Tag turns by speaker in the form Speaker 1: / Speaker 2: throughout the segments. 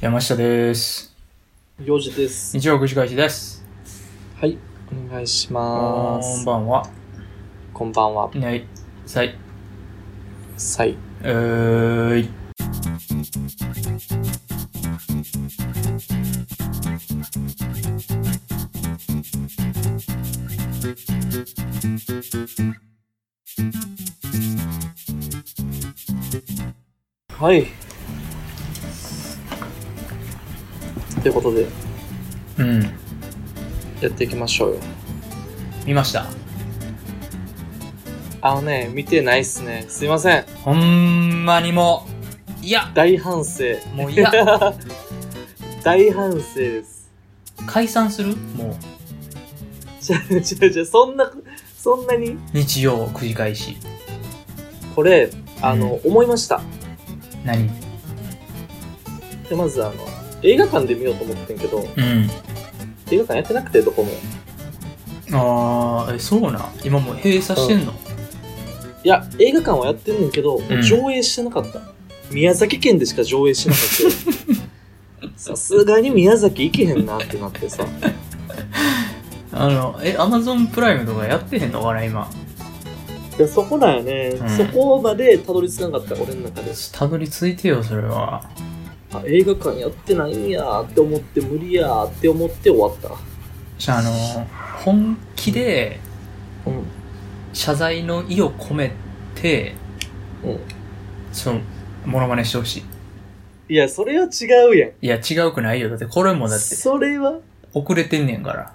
Speaker 1: 山下です。
Speaker 2: 4時です。
Speaker 1: 日曜9時開始です。
Speaker 2: はい、お願いし
Speaker 1: こ
Speaker 2: ま
Speaker 1: ん
Speaker 2: す。
Speaker 1: ばんは。
Speaker 2: こんばんは。
Speaker 1: はい。さい。
Speaker 2: さい。
Speaker 1: うーい。
Speaker 2: はい。ということで、
Speaker 1: うん。
Speaker 2: やっていきましょうよ。
Speaker 1: 見ました。
Speaker 2: あのね、見てないっすね。すいません。
Speaker 1: ほんまにもう、いや、
Speaker 2: 大反省。
Speaker 1: もう いや、
Speaker 2: 大反省です。
Speaker 1: 解散するもう、
Speaker 2: じゃ、じゃ、じゃ、そんな、そんなに
Speaker 1: 日曜9時開始。
Speaker 2: これ、あの、思いました。
Speaker 1: 何
Speaker 2: で、まずあの、映画館で見ようと思ってんけど、
Speaker 1: うん。
Speaker 2: 映画館やってなくて、どこも。
Speaker 1: あー、え、そうなん。今もう閉鎖してんの
Speaker 2: いや、映画館はやってんねんけど、
Speaker 1: うん
Speaker 2: 上映してなかった。宮崎県でしか上映してなか った。さすがに宮崎行けへんなってなってさ。
Speaker 1: あの、え、アマゾンプライムとかやってへんのかな、今。
Speaker 2: いや、そこなんよね。
Speaker 1: うん
Speaker 2: そこまでたどり着かなかった、俺の中で。
Speaker 1: たどり着いてよ、それは。
Speaker 2: あ、映画館やってないんやーって思って、無理やーって思って終わった。
Speaker 1: じゃあ、あの、本気で、
Speaker 2: うん。
Speaker 1: 謝罪の意を込めて、
Speaker 2: うん。
Speaker 1: その、モノマネしてほしい。
Speaker 2: いや、それは違うやん。
Speaker 1: いや、違うくないよ。だって、これもだって、
Speaker 2: それは、
Speaker 1: 遅れてんねんから。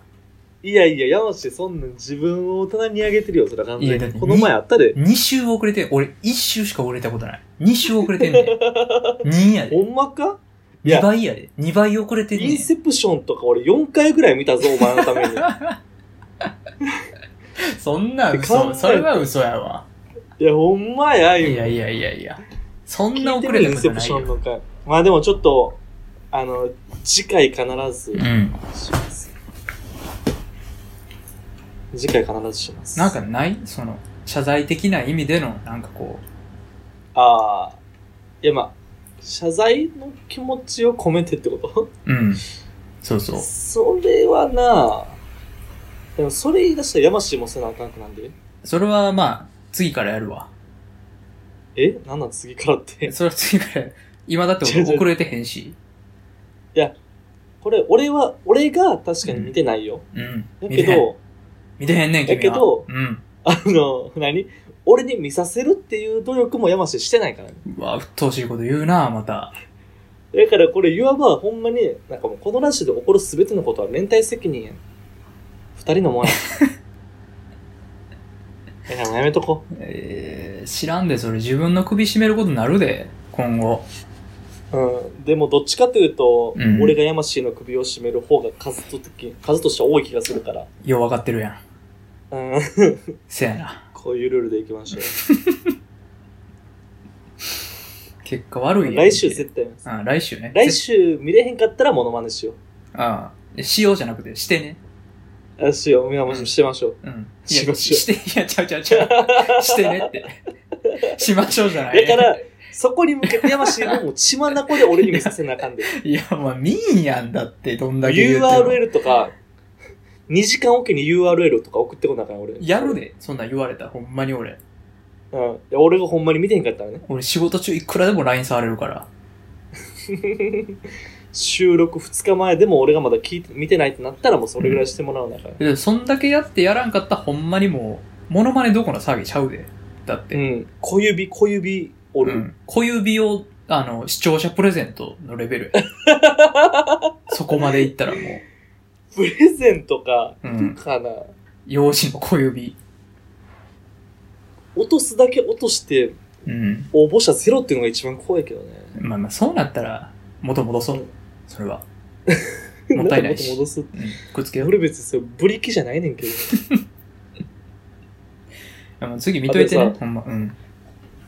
Speaker 2: いやいや、山下、そんなん自分を棚に上げてるよ、それは完全
Speaker 1: いやだっ
Speaker 2: に。
Speaker 1: て
Speaker 2: この前あったで。
Speaker 1: 2週遅れて、俺、1週しか遅れたことない。2週遅れてん ねん。2やで。
Speaker 2: ほんまかいや
Speaker 1: 2倍やで。2倍遅れてんね
Speaker 2: イン
Speaker 1: ん。
Speaker 2: セプションとか俺4回ぐらい見たぞ、お前のために。
Speaker 1: そんな
Speaker 2: 考え
Speaker 1: 嘘。
Speaker 2: て
Speaker 1: それは嘘やわ。
Speaker 2: いや、ほんまや、
Speaker 1: い
Speaker 2: 今。
Speaker 1: やいやいやいや。そんな
Speaker 2: 聞
Speaker 1: 遅
Speaker 2: いて
Speaker 1: れ
Speaker 2: み
Speaker 1: た
Speaker 2: イン
Speaker 1: こ
Speaker 2: セ
Speaker 1: と
Speaker 2: プ
Speaker 1: ない
Speaker 2: ション
Speaker 1: よ。
Speaker 2: の回。まあでもちょっと、あの、次回必ず
Speaker 1: うん。
Speaker 2: します。次回必ずします。
Speaker 1: なんかないその、謝罪的な意味での、なんかこ
Speaker 2: ああ、いやまあ、謝罪の気持ちを込めてってこと
Speaker 1: う。うん。そうそう。
Speaker 2: それはなでもそれ言い出したら山氏もせなあかんくなんで。
Speaker 1: それはまあ、次からやるわ。
Speaker 2: えなんなん次からって。
Speaker 1: それは次からやる、今だって俺遅れてへんし。
Speaker 2: これ、俺は、俺が確かに見てないよ。
Speaker 1: うん。
Speaker 2: だ
Speaker 1: 見
Speaker 2: け
Speaker 1: てへん。
Speaker 2: ど、
Speaker 1: 見てへんねん、君は。
Speaker 2: だけど
Speaker 1: うん。
Speaker 2: あの、何俺に見させるっていう努力も山氏してないからね。
Speaker 1: うわ、鬱陶しいこと言うな、また。
Speaker 2: だからこれ、いわばほんまに、なんかもうこのラジオで起こるすべてのことは連帯責任やん。二人のもんや。 え、でもやめとこ
Speaker 1: えー、知らんで、それ自分の首絞めることになるで、今後。
Speaker 2: う。うん。でもどっちかというと、
Speaker 1: うん
Speaker 2: 俺が山氏の首を絞める方が数と的、数としては多い気がするから。
Speaker 1: よう分かってるやん。
Speaker 2: うん。
Speaker 1: せやな。
Speaker 2: こういうルールでいきましょ
Speaker 1: 結果悪 いや
Speaker 2: う。
Speaker 1: ん
Speaker 2: 来週絶対やります。
Speaker 1: うん、来週ね。
Speaker 2: 来週見れへんかったらモノマネしよ
Speaker 1: ああ。しようじゃなくて、してね。
Speaker 2: う。あしよう。みんなもしてましょう。
Speaker 1: うん。い
Speaker 2: し
Speaker 1: や
Speaker 2: ましょう
Speaker 1: して、いや、ちゃうちゃうちゃう。してねって。しましょうじゃない。
Speaker 2: だから、そこに向けて山氏のもう血まなこで俺に見させなあか んで。
Speaker 1: いや、まあ、見んやんだって、どんだけ言っても。
Speaker 2: URL とか、2時間おきに URL とか送ってこなあかん俺。
Speaker 1: やる。で、そんなん言われたら、ほんまに俺。
Speaker 2: うん。いや俺がほんまに見てへんかったらね。
Speaker 1: 俺仕事中いくらでも LINE 触れるから。
Speaker 2: 収録2日前でも俺がまだ聞いて見てないってなったらもうそれぐらいしてもらうなあから。
Speaker 1: でそんだけやってやらんかったらほんまにもう、モノマネどこの騒ぎちゃうで。だっ
Speaker 2: う
Speaker 1: て。
Speaker 2: ん。小指、小指折
Speaker 1: う
Speaker 2: る。
Speaker 1: ん小指を、あの、視聴者プレゼントのレベ ルや。そこまでいったらもう、
Speaker 2: プレゼントか、
Speaker 1: うん
Speaker 2: かな。
Speaker 1: 幼児の小指。
Speaker 2: 落とすだけ落として
Speaker 1: うん。
Speaker 2: 応募者ゼロっていうのが一番怖いけどね。
Speaker 1: まあまあ、そうなったら、元戻そう。それは。も
Speaker 2: な
Speaker 1: っ
Speaker 2: ん
Speaker 1: た
Speaker 2: か
Speaker 1: いな
Speaker 2: もっ
Speaker 1: い
Speaker 2: と
Speaker 1: し。
Speaker 2: 戻す。
Speaker 1: うん。くっつけよう。
Speaker 2: 俺別にそれブリキじゃないねんけど。
Speaker 1: でも次見といて
Speaker 2: あ
Speaker 1: ね
Speaker 2: と。
Speaker 1: ほんま。うん。
Speaker 2: っ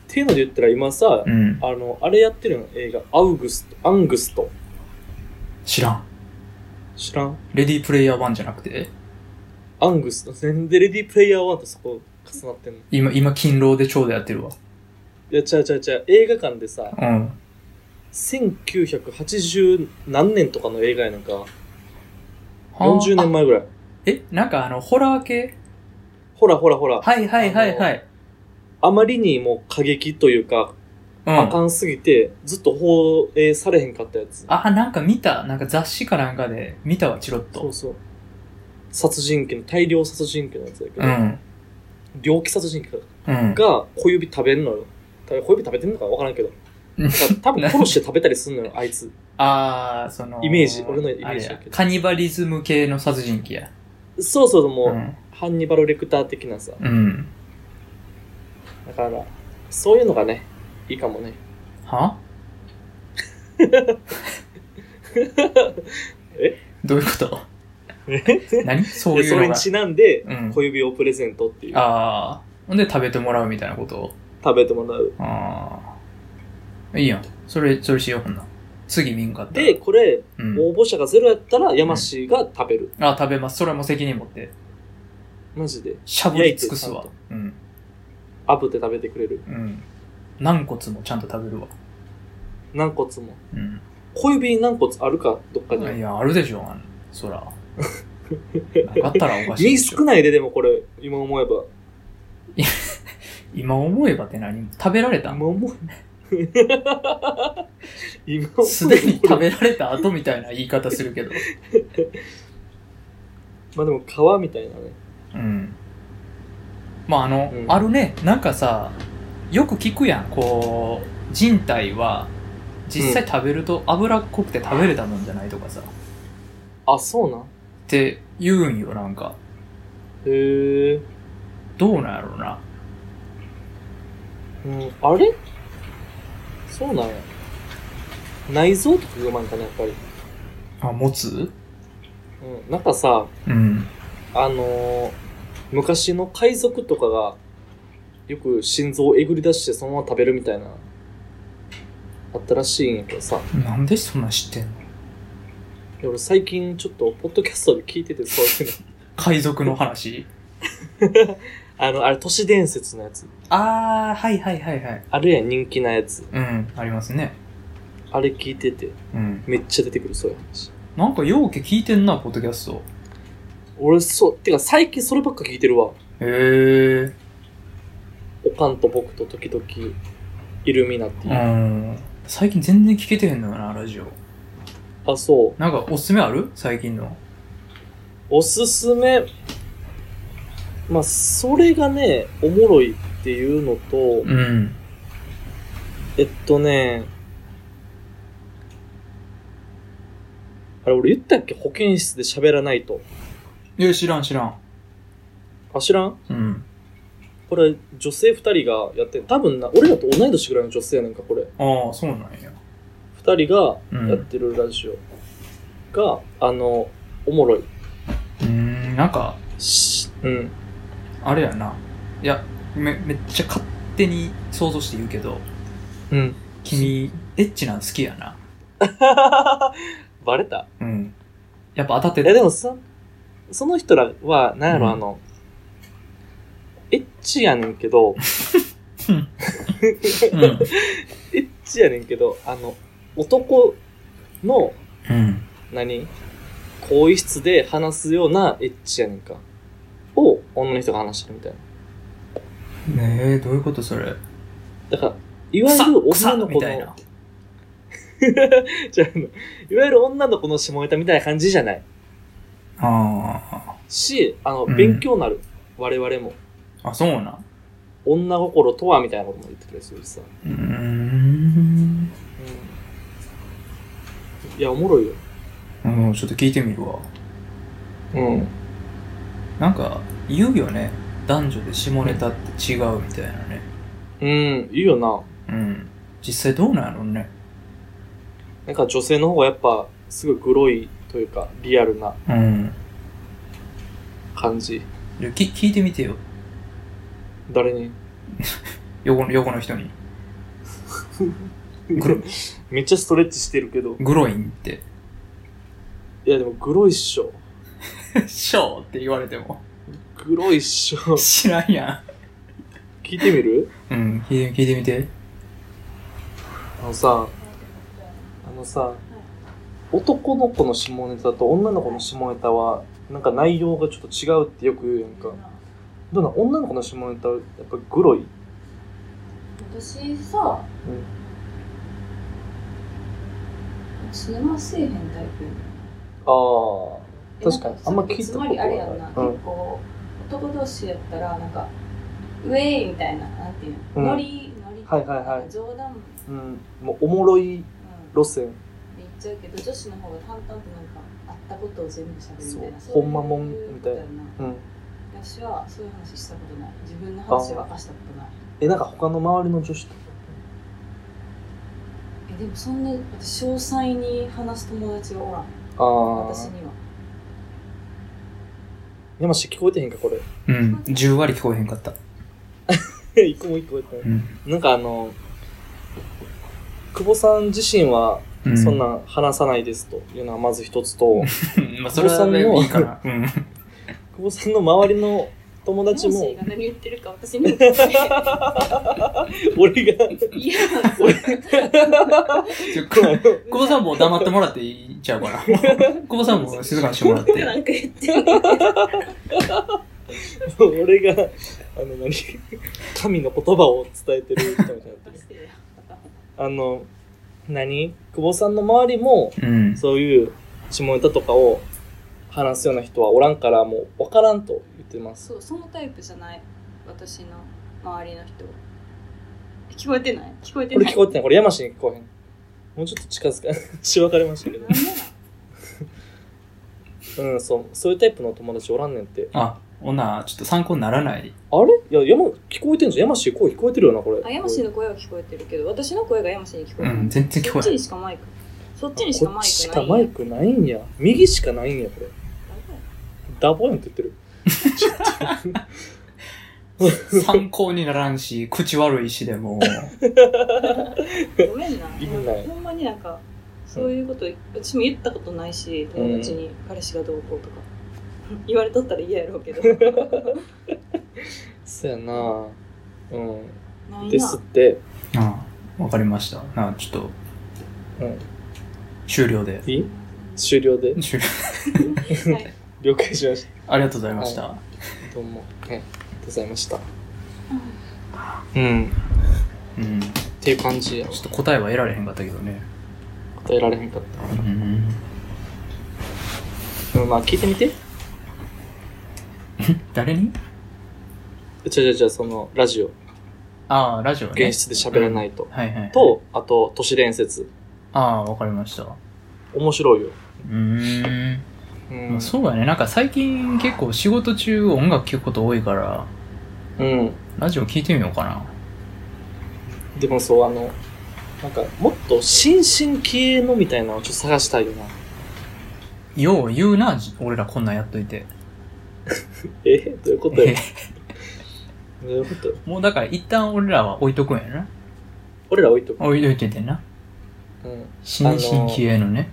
Speaker 2: ていうので言ったら今さ
Speaker 1: う、ん。
Speaker 2: あの、あれやってるの映画、アウグスト、アングスト。
Speaker 1: 知らん。
Speaker 2: 知らん
Speaker 1: レディープレイヤー1じゃなくて、
Speaker 2: アングスのなんでレディープレイヤー1とそこ重なってんの
Speaker 1: 今、今、勤労でちょうどやってるわ。
Speaker 2: いや、ちゃうちゃうちゃう、映画館でさ、
Speaker 1: うん。
Speaker 2: 1980何年とかの映画やなんか、40年
Speaker 1: 前。
Speaker 2: 前ぐらい。
Speaker 1: え、なんかあの、ホラー系
Speaker 2: ほらほらほら、
Speaker 1: はいはいはいはい。
Speaker 2: あまりにも過激というか、
Speaker 1: う
Speaker 2: あ
Speaker 1: ん。
Speaker 2: かんすぎて、ずっと放映されへんかったやつ。
Speaker 1: あ、なんか見た。なんか雑誌かなんかで見たわ、チロッ
Speaker 2: そ
Speaker 1: と
Speaker 2: う。そう。殺人鬼の、大量殺人鬼のやつやけど、
Speaker 1: うん。
Speaker 2: 猟奇殺人鬼
Speaker 1: うん。
Speaker 2: が小指食べんのよ。た小指食べてんのかわからんけど。
Speaker 1: うん
Speaker 2: 多分殺して食べたりすん のよ、あいつ。
Speaker 1: あー、その。
Speaker 2: イメージ俺のイメージ
Speaker 1: あれや
Speaker 2: だけど
Speaker 1: カニバリズム系の殺人鬼や。
Speaker 2: そうそう、もう、
Speaker 1: ん。
Speaker 2: ハンニバル・レクター的なさ。
Speaker 1: うん。
Speaker 2: だから、そういうのがね、いいかもね。
Speaker 1: は
Speaker 2: え
Speaker 1: どういうこと
Speaker 2: で
Speaker 1: 何そうい
Speaker 2: そう
Speaker 1: の
Speaker 2: れに
Speaker 1: が。
Speaker 2: ちなんで、
Speaker 1: うん
Speaker 2: 小指をプレゼントっていう。
Speaker 1: あー。ほんで食べてもらうみたいなこと
Speaker 2: 食べてもらう。
Speaker 1: あー。いいやん。それ、それしようほんなら。次見んかったら
Speaker 2: で、、これ、
Speaker 1: うん。
Speaker 2: 応募者がゼロやったら、山氏が食べる。
Speaker 1: あ、食べます。それはもう責任持って。
Speaker 2: マジで。
Speaker 1: しゃぶり尽くすわ
Speaker 2: 焼い。
Speaker 1: うん。
Speaker 2: アブって食べてくれる。
Speaker 1: うん。軟骨もちゃんと食べるわ。
Speaker 2: 軟骨も。
Speaker 1: うん。
Speaker 2: 小指に軟骨あるか、どっかに。
Speaker 1: いや、あるでしょ、あのそら。なかったらおかしいで
Speaker 2: 身
Speaker 1: し
Speaker 2: 少
Speaker 1: ょ。
Speaker 2: ないで、でもこれ、今思えば。
Speaker 1: 今思えばって何食べられた
Speaker 2: 今思えば。今思えば
Speaker 1: すでに食べられた後みたいな言い方するけど。
Speaker 2: まあでも皮みたいなね。
Speaker 1: うん。まあ、あの、
Speaker 2: うん
Speaker 1: あるね、なんかさ、よく聞くやん、こう、人体は、実際食べると脂っこくて食べれたもんじゃないとかさ、っ
Speaker 2: あ、そうなん
Speaker 1: て言うんよ、なんか。
Speaker 2: へえ。
Speaker 1: どうなんやろうな。
Speaker 2: うん、あれそうなんや。内臓とか読まんかな、やっぱり。
Speaker 1: あ、持つ
Speaker 2: うん。なんかさ、
Speaker 1: うん。
Speaker 2: あのー昔の海賊とかが、よく心臓をえぐり出してそのまま食べるみたいな、あったらしいんやけどさ。
Speaker 1: なんでそんなん知ってんの
Speaker 2: で俺最近ちょっと、ポッドキャストで聞いてて、そういうの。
Speaker 1: 海賊の話
Speaker 2: あの、あれ、都市伝説のやつ。
Speaker 1: あー、はいはいはいはい。
Speaker 2: あれやん、人気なやつ。
Speaker 1: うん、ありますね。
Speaker 2: あれ聞いてて、
Speaker 1: うん。
Speaker 2: めっちゃ出てくる、そういう話。
Speaker 1: なんか、ようけ聞いてんな、ポッドキャスト。
Speaker 2: 俺、そう、てか最近そればっか聞いてるわ。
Speaker 1: へー。
Speaker 2: おかんと僕と時々イルミナテ
Speaker 1: う
Speaker 2: ィ、
Speaker 1: ん。最近全然聞けてへんのよな、ラジオ。
Speaker 2: あそう
Speaker 1: なんか、おすすめある最近の。
Speaker 2: おすすめまあそれがねおもろいっていうのと
Speaker 1: うん。
Speaker 2: えっとねあれ俺言ったっけ保健室で喋らないと
Speaker 1: いや、知らん知らん。
Speaker 2: あ知らん
Speaker 1: うん。
Speaker 2: これ女性二人がやってん多分な俺らと同い年ぐらいの女性やねんかこれ
Speaker 1: ああ、そうなんや。
Speaker 2: 二人が
Speaker 1: うん
Speaker 2: やってるラジオが、あのおもろいう
Speaker 1: ーん、なんか、
Speaker 2: しうん
Speaker 1: あれやな。いや、め、めっちゃ勝手に想像して言うけど、
Speaker 2: うん
Speaker 1: 君、エッチなん好きやな。
Speaker 2: バレた
Speaker 1: うん。やっぱ当たって
Speaker 2: い
Speaker 1: た
Speaker 2: やでもそその人らはなんやろ、
Speaker 1: うん
Speaker 2: あのエッチやねん けど
Speaker 1: うん。
Speaker 2: エッチやねんけどあの男の
Speaker 1: うん。
Speaker 2: 何更衣室で話すようなエッチやねんかを女の人が話してるみたいな
Speaker 1: ねえ、どういうことそれ。
Speaker 2: だからいわゆる
Speaker 1: 草
Speaker 2: 女の
Speaker 1: み
Speaker 2: 子
Speaker 1: たいな
Speaker 2: の じゃああのいわゆる女の子の下ネタみたいな感じじゃない
Speaker 1: あ
Speaker 2: しあの、
Speaker 1: うん
Speaker 2: 勉強なる我々も
Speaker 1: あ。あ、そうなん。
Speaker 2: 女心とはみたいなことも言ってくれるしさ、
Speaker 1: うーん。
Speaker 2: いやおもろいよ
Speaker 1: うん、ちょっと聞いてみるわ。
Speaker 2: うん
Speaker 1: なんか、言うよね。男女で下ネタって違うみたいなね。
Speaker 2: うん、いいよな。
Speaker 1: うん。実際どうなんやろうね。
Speaker 2: なんか女性の方がやっぱすぐグロいというかリアルな
Speaker 1: うん。
Speaker 2: 感じ。
Speaker 1: じゃあき聞いてみてよ。
Speaker 2: 誰に
Speaker 1: 横の、横の人に。グロ
Speaker 2: めっちゃストレッチしてるけど。
Speaker 1: グロインって。
Speaker 2: いやでもグロいっしょ。
Speaker 1: ショーって言われても。
Speaker 2: グロいっしょ。
Speaker 1: 知らんや
Speaker 2: 聞いてみる
Speaker 1: ん。うん、聞いて聞いてみて。
Speaker 2: あのさ、のさ、男の子の下ネタと女の子の下ネタは、なんか内容がちょっと違うってよく言うやんか。どうなん女の子の下ネタはやっぱグロい。
Speaker 3: 私さ、死ぬませえへんタイプ
Speaker 2: あ
Speaker 3: え
Speaker 2: 確かに
Speaker 3: なん
Speaker 2: あんま聞いた
Speaker 3: つ
Speaker 2: こと
Speaker 3: ま
Speaker 2: ない
Speaker 3: りあれやんな、
Speaker 2: うん
Speaker 3: 結構男同士やったらなんかウェイみたいななんていうの、
Speaker 2: うん
Speaker 3: ノリノリ
Speaker 2: はいはいはい
Speaker 3: 冗談、うん、
Speaker 2: あ。うん。もうおもろい路線。
Speaker 3: 言っちゃうけど女子の方が淡々となんかあったことを全部しゃべるみたいな
Speaker 2: そう
Speaker 3: そうい
Speaker 2: ほ
Speaker 3: う
Speaker 2: んまもんみたいな
Speaker 3: ことやん
Speaker 2: うん。
Speaker 3: 私はそういう話したことない自分の話は明かしたことない
Speaker 2: え、なんか他の周りの女子と。
Speaker 3: えでもそんな私詳細に話す友達がおらん
Speaker 2: ああ。
Speaker 3: 私には
Speaker 2: 山下聞こえてへんか、これ。
Speaker 1: うん10割聞こえへんかった
Speaker 2: 一個も一個やったね
Speaker 1: うん
Speaker 2: なんかあの、久保さん自身は
Speaker 1: うん
Speaker 2: そんなん話さないですというのはまず一つと、
Speaker 1: まあそれはいいかな うん
Speaker 2: 久保さんの周りの友達
Speaker 3: ナン シ
Speaker 2: も
Speaker 3: ー、が何言ってるか 私にも言ってない
Speaker 2: 俺が、
Speaker 3: いや
Speaker 2: 俺が、
Speaker 1: ちょ久保さんも黙ってもらっていいちゃう かな久保さんも静かにしてもらって
Speaker 3: なんか言ってる
Speaker 2: 俺が、あの何、神の言葉を伝えてる人みたいになってるあの、何久保さんの周りも、
Speaker 1: うん
Speaker 2: そういう下ネタとかを話すような人はおらんから、もう分からんと言ってます。
Speaker 3: そうそのタイプじゃない私の周りの人聞こえてない聞こえて
Speaker 2: これ
Speaker 3: な
Speaker 2: 聞
Speaker 3: い
Speaker 2: こえてない。これ山氏に聞こえへん。もうちょっと近づか、 しばかれましたけど
Speaker 3: なん。でなん
Speaker 2: うん、そう。そういうタイプの友達おらんねんって。
Speaker 1: あ女ちょっと参考にならない
Speaker 2: あれいや、山、聞こえてんじゃん。山氏声聞こえてるよな、これ。
Speaker 3: あ山氏の声は聞こえてるけど私の声が山氏に聞こ
Speaker 1: う
Speaker 3: えない、
Speaker 1: ん全然聞
Speaker 3: そ
Speaker 1: こえ
Speaker 3: っち
Speaker 1: ない
Speaker 3: にしかマイクそっちにしか
Speaker 2: こ
Speaker 3: マ
Speaker 2: っちし
Speaker 3: イク
Speaker 2: か
Speaker 3: ない
Speaker 2: マイクないんや。右しかないんや、これ。ダボやんって言ってる。
Speaker 1: 参考にならんし口悪いしでも
Speaker 3: ごめんな
Speaker 2: 意味ない
Speaker 3: ほんまになんかそういうこと、私も言ったことないし友達に彼氏がどうこうとか、言われとったら嫌やろうけど
Speaker 2: そうやなう
Speaker 3: ない
Speaker 2: ん。
Speaker 3: な
Speaker 2: ですって。
Speaker 1: ああわかりましたなあちょっと
Speaker 2: うん。
Speaker 1: 終了で
Speaker 2: いい終了で。
Speaker 1: 終了
Speaker 3: はい
Speaker 2: 了解しました。
Speaker 1: ありがとうございました、
Speaker 2: どうも。はい。ありがとうございました。うん。っ
Speaker 1: うんち
Speaker 2: ていう感じや。
Speaker 1: ょっと答えは得られへんかったけどね
Speaker 2: 答えられへんかっ
Speaker 1: うん
Speaker 2: た。うん、まあ聞いてみて。
Speaker 1: 誰に
Speaker 2: じゃじゃじゃその、ラジオ。
Speaker 1: ああラジオね
Speaker 2: 現室で喋らないと。
Speaker 1: はいはい
Speaker 2: と、あと、都市伝説。
Speaker 1: ああわかりましたう
Speaker 2: 面白いよ。
Speaker 1: ーん
Speaker 2: う
Speaker 1: ま
Speaker 2: ん
Speaker 1: あそうやねなんか最近結構仕事中音楽聴くこと多いから
Speaker 2: うん。
Speaker 1: ラジオ聞いてみようかな
Speaker 2: でもそう、あの、なんか、もっと新進気鋭のみたいなのをちょっと探したいよな。
Speaker 1: よう言うなじ俺らこんなんやっといて
Speaker 2: えどういうことよ。どういうことよ
Speaker 1: もうだから一旦俺らは置いとくんやな
Speaker 2: 俺ら置いとく。
Speaker 1: 置いといててな
Speaker 2: うん。
Speaker 1: 新進気鋭のね、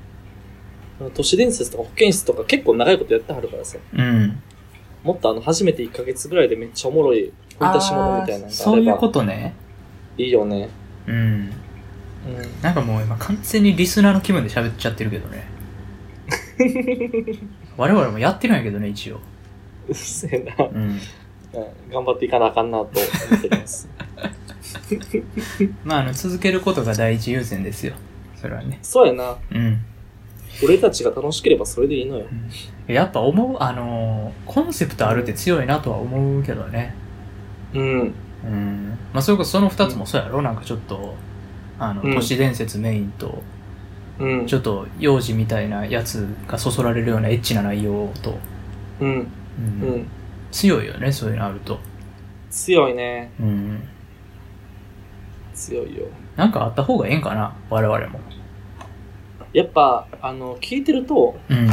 Speaker 2: 都市伝説とか保健室とか結構長いことやってはるからさ。
Speaker 1: うん
Speaker 2: もっとあの、初めて1ヶ月ぐらいでめっちゃおもろい、掘り出し物みたいなのがあれば。
Speaker 1: そういうことね
Speaker 2: いいよね。
Speaker 1: うん
Speaker 2: うん。
Speaker 1: なんかもう今完全にリスナーの気分で喋っちゃってるけど ね我々もやってるんやけどね一応
Speaker 2: うっせえな。うん
Speaker 1: うん
Speaker 2: 頑張っていかなあかんなと思っております。
Speaker 1: まああの続けることが第一優先ですよそれはね
Speaker 2: そうやな。
Speaker 1: うん
Speaker 2: 俺たちが楽しければそれでいいのよ。
Speaker 1: やっぱ思うあのーコンセプトあるって強いなとは思うけどね
Speaker 2: うん。
Speaker 1: うんまあそれこそその2つもそうやろ、なんかちょっとあの
Speaker 2: うん
Speaker 1: 都市伝説メインと、
Speaker 2: うん
Speaker 1: ち。ょっと幼児みたいなやつがそそられるようなエッチな内容と、
Speaker 2: うん。
Speaker 1: うん
Speaker 2: うん。
Speaker 1: 強いよねそういうのあると、
Speaker 2: 強いね。
Speaker 1: うん、
Speaker 2: 強いよ。
Speaker 1: なんかあった方がええんかな我々も
Speaker 2: やっぱ、あの、聞いてると、
Speaker 1: うん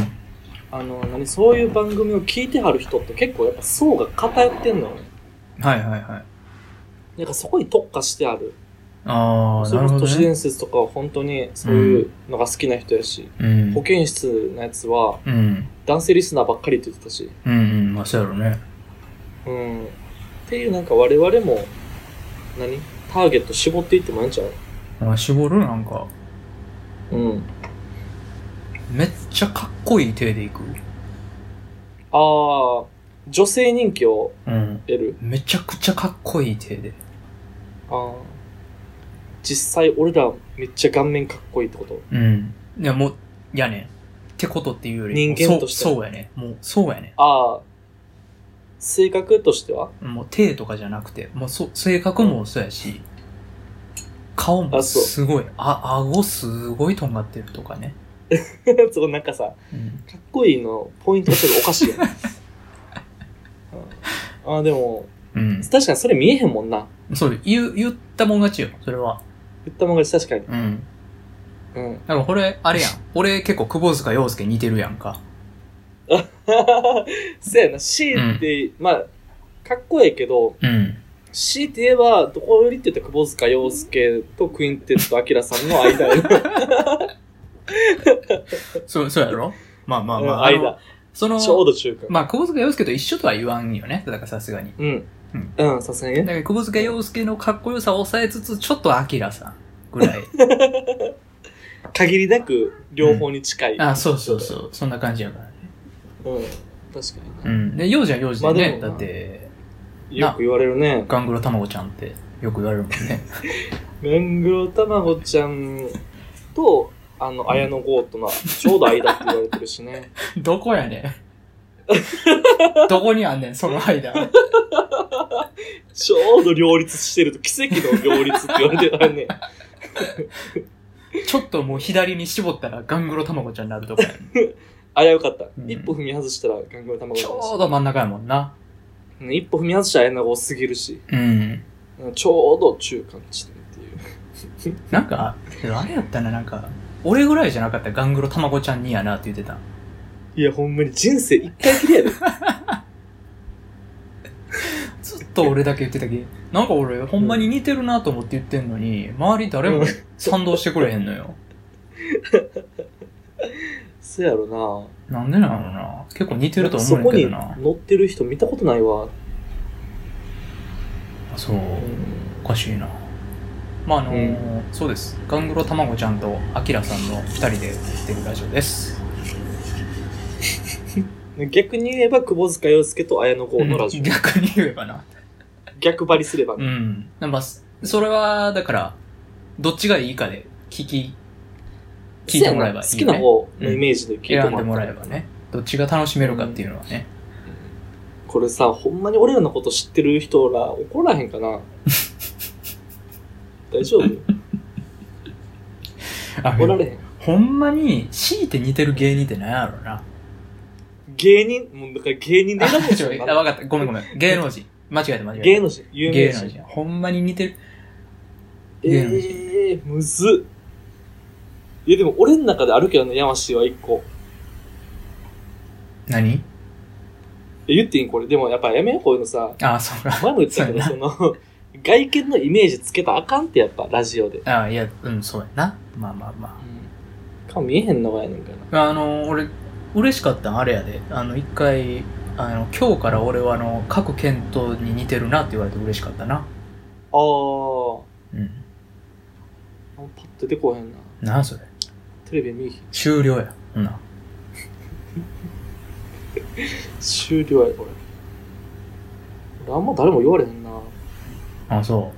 Speaker 2: あの、何、そういう番組を聞いてはる人って結構やっぱ層が偏ってんのよね。
Speaker 1: はいはいはい
Speaker 2: なんかそこに特化してある。
Speaker 1: ああ
Speaker 2: そ
Speaker 1: な
Speaker 2: れ
Speaker 1: る
Speaker 2: こ
Speaker 1: ほど
Speaker 2: そ都市
Speaker 1: ね
Speaker 2: 伝説とかは本当にそういうのが好きな人やし、
Speaker 1: うん
Speaker 2: 保健室のやつは
Speaker 1: うん
Speaker 2: 男性リスナーばっかりって言ってたし、
Speaker 1: うんうんまあそうやろね
Speaker 2: うん。っていうなんか我々も、何ターゲット絞っていってもいいんちゃう
Speaker 1: まあ絞るなんか
Speaker 2: うん。
Speaker 1: めっちゃかっこいい体でいく。
Speaker 2: ああ、女性人気を
Speaker 1: うん。
Speaker 2: 得る。
Speaker 1: めちゃくちゃかっこいい体で。
Speaker 2: ああ。実際俺らめっちゃ顔面かっこいいってこと
Speaker 1: うん。いや、もう、やねん。ってことっていうよりも
Speaker 2: 人間として
Speaker 1: そうそうやね。もう、そうやね。
Speaker 2: ああ。性格としては
Speaker 1: もう、体とかじゃなくて、もう、そ、性格もそうやし、顔も
Speaker 2: あそう
Speaker 1: すごい、あ、顎すごいとんがってるとかね。
Speaker 2: そこなんかさ、
Speaker 1: うん。
Speaker 2: かっこいいのポイントがちょっとおかしいよ ね。うんああ、でも、
Speaker 1: うん。
Speaker 2: 確かにそれ見えへんもんな。
Speaker 1: そう、言う、言ったもん勝ちよ、それは。
Speaker 2: 言ったもん勝ち確か
Speaker 1: うん。
Speaker 2: に。うん。
Speaker 1: だからこれ、あれやん。俺結構、窪塚洋介似てるやんか。
Speaker 2: そうやな、C って、まあ、かっこええけど、
Speaker 1: うん。
Speaker 2: C って言えば、どこよりって言ったら、窪塚洋介とクインテット・アキラさんの間 よ。
Speaker 1: そう、そうやろまあまあまあ。あの
Speaker 2: 間。
Speaker 1: その、
Speaker 2: ちょうど中間。
Speaker 1: まあ、久保塚洋介と一緒とは言わんよね。だからさすがに。
Speaker 2: うん
Speaker 1: うん。
Speaker 2: うん、さすがに
Speaker 1: だか
Speaker 2: ね。
Speaker 1: ら、久保塚洋介のかっこよさを抑えつつ、ちょっとアキラさんぐらい。
Speaker 2: 限りなく、両方に近 い。
Speaker 1: あ、そうそうそう。そんな感じやからね。
Speaker 2: うん。確かに
Speaker 1: う
Speaker 2: ね。
Speaker 1: ん。で、洋じゃ洋じでね。
Speaker 2: まあでもな
Speaker 1: だって、
Speaker 2: よく言われるね。
Speaker 1: ガングロ卵ちゃんってよく言われるもんね。
Speaker 2: ガングロたまごちゃんと、あの、綾野剛との、ちょうど間って言われてるしね。
Speaker 1: どこやねん。どこにあんねん、その間。
Speaker 2: ちょうど両立してると、奇跡の両立って言われてたね。
Speaker 1: ちょっともう左に絞ったらガングロ卵ちゃんになる とこやねん。
Speaker 2: あれはよかった
Speaker 1: う。ん
Speaker 2: 一歩踏み外したら、ガングロたまごち
Speaker 1: ち
Speaker 2: ゃんだ
Speaker 1: ょう
Speaker 2: し
Speaker 1: ど真ん中やもんな。
Speaker 2: うん。一歩踏み外したら綾野剛すぎるし。
Speaker 1: うん。
Speaker 2: うんちょうど中間地点っていう。
Speaker 1: なんか、けどあれやったな、なんか、俺ぐらいじゃなかったらガングロ卵ちゃんにやなって言ってた。
Speaker 2: いや、ほんまに人生一回きりやで。
Speaker 1: ずっと俺だけ言ってたけど、なんか俺、ほんまに似てるなと思って言ってんのに、周り誰も賛同してくれへんのよ。
Speaker 2: そうやろ
Speaker 1: なんでなのな結構似てると
Speaker 2: な。
Speaker 1: 思
Speaker 2: そう
Speaker 1: ねん
Speaker 2: こ
Speaker 1: け
Speaker 2: に
Speaker 1: どな。
Speaker 2: 乗ってる人見たことないわ。
Speaker 1: あそう、
Speaker 2: うん
Speaker 1: おかしいな。まあ、あのーそうです。ガングロたまごちゃんとアキラさんの二人でやってるラジオです。
Speaker 2: 逆に言えば、窪塚洋介と綾野剛のラジ
Speaker 1: うん逆に言えばな。
Speaker 2: オ。逆張りすれば
Speaker 1: う
Speaker 2: ね。
Speaker 1: ん。まあ、そそれは、だから、どっちがいいかで聞き、聞いてもらえばいい、ね。
Speaker 2: そうやな好きな方のイメージで聞いて
Speaker 1: 選ん
Speaker 2: も
Speaker 1: で
Speaker 2: ら
Speaker 1: も
Speaker 2: った
Speaker 1: らえばね。どっちが楽しめるかっていうのはね。
Speaker 2: これさ、ほんまに俺らのこと知ってる人ら怒らへん かな大丈夫
Speaker 1: あ
Speaker 2: 怒られへん。
Speaker 1: ほんまに、強いて似てる芸人って何やろうな。
Speaker 2: 芸人、もうだから芸人で
Speaker 1: あ、
Speaker 2: 選ぶで
Speaker 1: ち
Speaker 2: し
Speaker 1: ょ
Speaker 2: ょ
Speaker 1: あ、わかった。ごめんごめん。芸能人。間違えた間違えた。
Speaker 2: 芸能人、有名
Speaker 1: 芸能
Speaker 2: 人。
Speaker 1: 人。ほんまに似てる。芸能人
Speaker 2: ええー、むずっ。いやでも俺の中であるけどね、山氏は一個。
Speaker 1: 何
Speaker 2: え言っていいんこれ。でもやっぱやめよう、こういうのさ。
Speaker 1: あ、そうか。
Speaker 2: 前も言ってたけど、その、外見のイメージつけたらあかんってやっぱ、ラジオで。
Speaker 1: あ、いや、うん、そうやな。まあまあま
Speaker 2: 顔見えへんのがやねんかな。
Speaker 1: あ。あの、俺、嬉しかったんあれやで。あの、一回、あの、今日から俺は、あの、各県とに似てるなって言われて嬉しかったな。
Speaker 2: あー、
Speaker 1: うん。
Speaker 2: パッと出てこへんな。
Speaker 1: なあ、それ。
Speaker 2: テレビ見えへん。
Speaker 1: 終了や。ほんな。
Speaker 2: 終了や、これ。俺あんま誰も言われへんな。
Speaker 1: あ、そ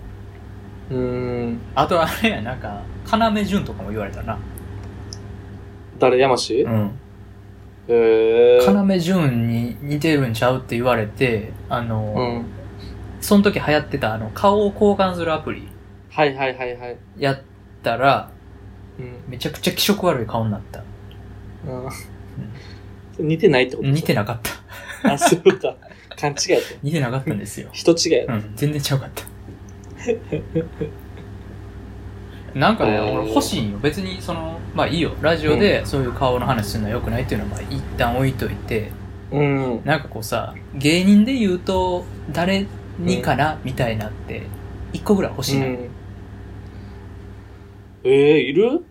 Speaker 1: う。
Speaker 2: うーん。
Speaker 1: あとあれや、なんか、要潤とかも言われたな。
Speaker 2: 誰、山氏
Speaker 1: うん。
Speaker 2: へえー。
Speaker 1: 要潤に似てるんちゃうって言われて、あの、
Speaker 2: うん。
Speaker 1: その時流行ってたあの顔を交換するアプリ
Speaker 2: はいはいはいはい。
Speaker 1: やったら
Speaker 2: うん。
Speaker 1: めちゃくちゃ気色悪い顔になった
Speaker 2: あー 似てないってこと
Speaker 1: 似てなかった
Speaker 2: あ、そうか。勘違いやと。
Speaker 1: 似てなかったんですよ、
Speaker 2: 人違いや
Speaker 1: う
Speaker 2: と。
Speaker 1: ん、全然ちゃうかったなんかね
Speaker 2: おー
Speaker 1: 俺欲しいんよ別にそのまあいいよラジオでそういう顔の話するのは良くないっていうのはまあ一旦置いといて
Speaker 2: うん。
Speaker 1: なんかこうさ芸人で言うと誰にかな、みたいなって一個ぐらい欲しいな、うん
Speaker 2: ん。ええいる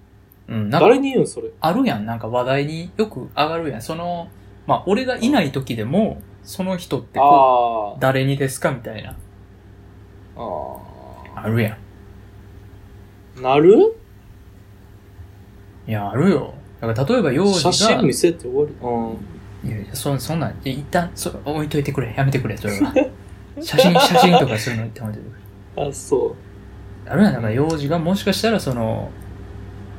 Speaker 1: なんか
Speaker 2: 誰に言うんそれ。
Speaker 1: あるやん、なんか話題によく上がるやん。その、まあ、俺がいない時でも、その人ってこ
Speaker 2: あ
Speaker 1: う、誰にですかみたいな。
Speaker 2: あ。あ
Speaker 1: あるやん。
Speaker 2: あ。なる
Speaker 1: いや、あるよ。だから例えば幼児が、
Speaker 2: 写真見せて終わり。うん。
Speaker 1: いやいやそそんなん、いや一旦それ置いといてくれ、やめてくれ、それは。 写真、写真とかそういうの言ってもらってく
Speaker 2: あ、そう。
Speaker 1: れ。あるやん、だから幼児がもしかしたら、その、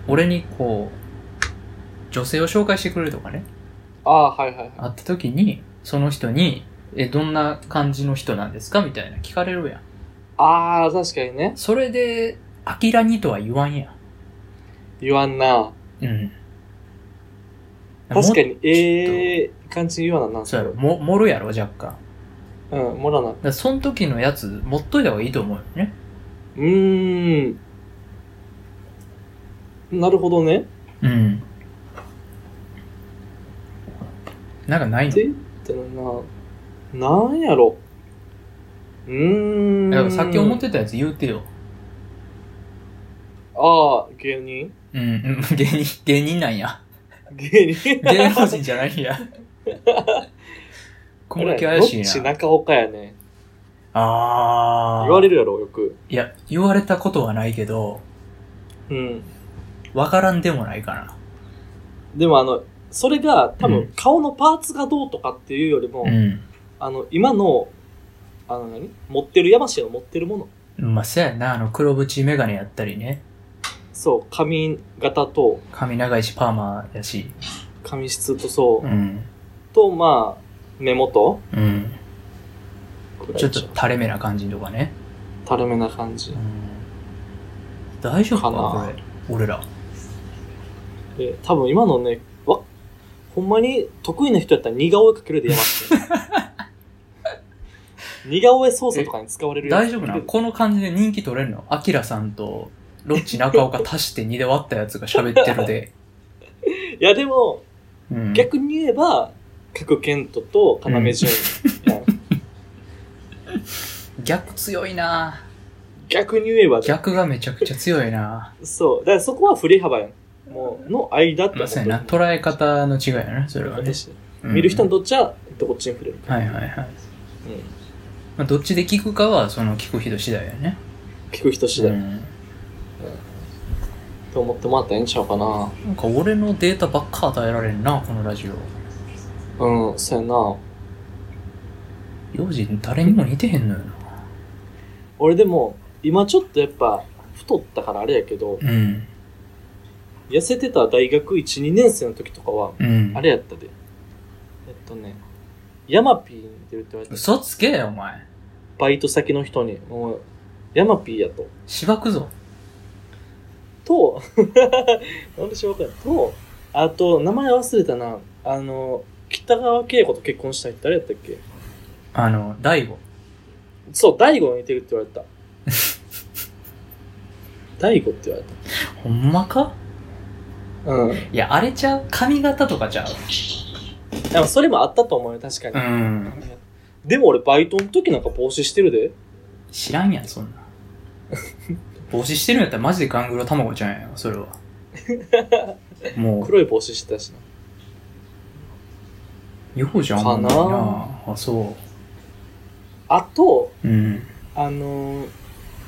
Speaker 1: 俺にこう、女性を紹介してくれるとかね、
Speaker 2: あーはいはいは
Speaker 1: 会った時に、その人に、え、どんな感じの人なんですかみたいな聞かれるやん。
Speaker 2: い。ああ、確かにね。
Speaker 1: それで、あきらにとは言わんや
Speaker 2: 言わんな。
Speaker 1: ん。うん。
Speaker 2: 確か
Speaker 1: も。
Speaker 2: に、ええ感じに言わな、なん
Speaker 1: そうやろ、も、もろやろ、若干。
Speaker 2: ろ。うん、もらな。
Speaker 1: だからその時のやつ、持っといた方がいいと思うよね。
Speaker 2: うーん。なるほどね。
Speaker 1: うん。なんかないの
Speaker 2: って言ったらな、なんやろ。うーん。
Speaker 1: だからさっき思ってたやつ言うてよ。
Speaker 2: ああ、芸人
Speaker 1: うん、うん、 芸人、芸人なん や。
Speaker 2: 芸人
Speaker 1: 芸能 人じゃないんや。こんだけ怪しい
Speaker 2: どっち
Speaker 1: な。
Speaker 2: 中岡やね。
Speaker 1: ああ。
Speaker 2: 言われるやろ、よく。
Speaker 1: いや、言われたことはないけど、
Speaker 2: うん。
Speaker 1: わからんでもないかな。
Speaker 2: でもあの、それが多
Speaker 1: うん
Speaker 2: 分顔のパーツがどうとかっていうよりも、
Speaker 1: うん。
Speaker 2: あの、今の、あの何持ってる、山氏の持ってるもの。
Speaker 1: まあ、そやな、あの、黒縁メガネやったりね。
Speaker 2: そう、髪型と、
Speaker 1: 髪長いし、パーマやし。
Speaker 2: 髪質とそう、
Speaker 1: うん。
Speaker 2: と、まあ、目元
Speaker 1: うん。
Speaker 2: くらい
Speaker 1: ちょっ
Speaker 2: で
Speaker 1: と
Speaker 2: しょ
Speaker 1: 垂れ目な感じとかね。
Speaker 2: 垂れ目な感じ
Speaker 1: うん。大丈夫
Speaker 2: か
Speaker 1: か
Speaker 2: な
Speaker 1: これ。俺ら。
Speaker 2: で、多分今のね、わほんまに得意な人やったら似顔絵かけるでやまして。 似顔絵操作とかに使われるやつ
Speaker 1: 大丈夫なのこの感じで人気取れるのアキラさんとロッチ中岡足して2で割ったやつが喋ってるで。
Speaker 2: いやでも、
Speaker 1: うん、
Speaker 2: 逆に言えば、角健人と要潤、
Speaker 1: 逆強いな
Speaker 2: 逆に言えばね、
Speaker 1: 逆がめちゃくちゃ強いな
Speaker 2: そう。だからそこは振り幅やん。もう、の間って
Speaker 1: ま
Speaker 2: 思
Speaker 1: あ
Speaker 2: っ
Speaker 1: そ
Speaker 2: て
Speaker 1: う
Speaker 2: る
Speaker 1: やな。捉え方の違いやな、それはね。
Speaker 2: 私
Speaker 1: うん
Speaker 2: 見る人にとっちゃ、どっちに触れるか。
Speaker 1: はいはいはい。
Speaker 2: うん
Speaker 1: まあ、どっちで聞くかは、その聞く人次第やね。
Speaker 2: 聞く人次第、
Speaker 1: うん
Speaker 2: と思ってもらったらええんちゃうかな。
Speaker 1: なんか俺のデータばっか与えられんな、このラジオ。
Speaker 2: うん、そうやな。
Speaker 1: 幼児誰にも似てへんのよな。
Speaker 2: 俺でも、今ちょっとやっぱ、太ったからあれやけど、
Speaker 1: うん。
Speaker 2: 痩せてた大学1、2年生の時とかは、
Speaker 1: うん。
Speaker 2: あれやったで。えっとね、ヤマピーに似てるって言われた。
Speaker 1: 嘘つけよ、お前。
Speaker 2: バイト先の人に、もう、ヤマピーやと。
Speaker 1: しばくぞ。
Speaker 2: と、 なんでしょうかんと、あと、名前忘れたな。あの、北川景子と結婚した人誰やったっけ
Speaker 1: あの、大悟。
Speaker 2: そう、大悟に似てるって言わ れた。大悟って言わ
Speaker 1: ほんまか
Speaker 2: れた。うん。
Speaker 1: いや、あれちゃう髪型とかちゃう
Speaker 2: でもそれもあったと思うよ、確かに。
Speaker 1: ん。
Speaker 2: でも俺、バイトの時なんか帽子してるで。
Speaker 1: 知らんやん、 そんな。帽子してるんやったらマジでガングロ卵ちゃんやん、それは。も
Speaker 2: 黒い帽子してたしな。
Speaker 1: う、ようじゃん。
Speaker 2: かな
Speaker 1: あんまりなあ、そ
Speaker 2: あと、
Speaker 1: う。うん。
Speaker 2: あのー、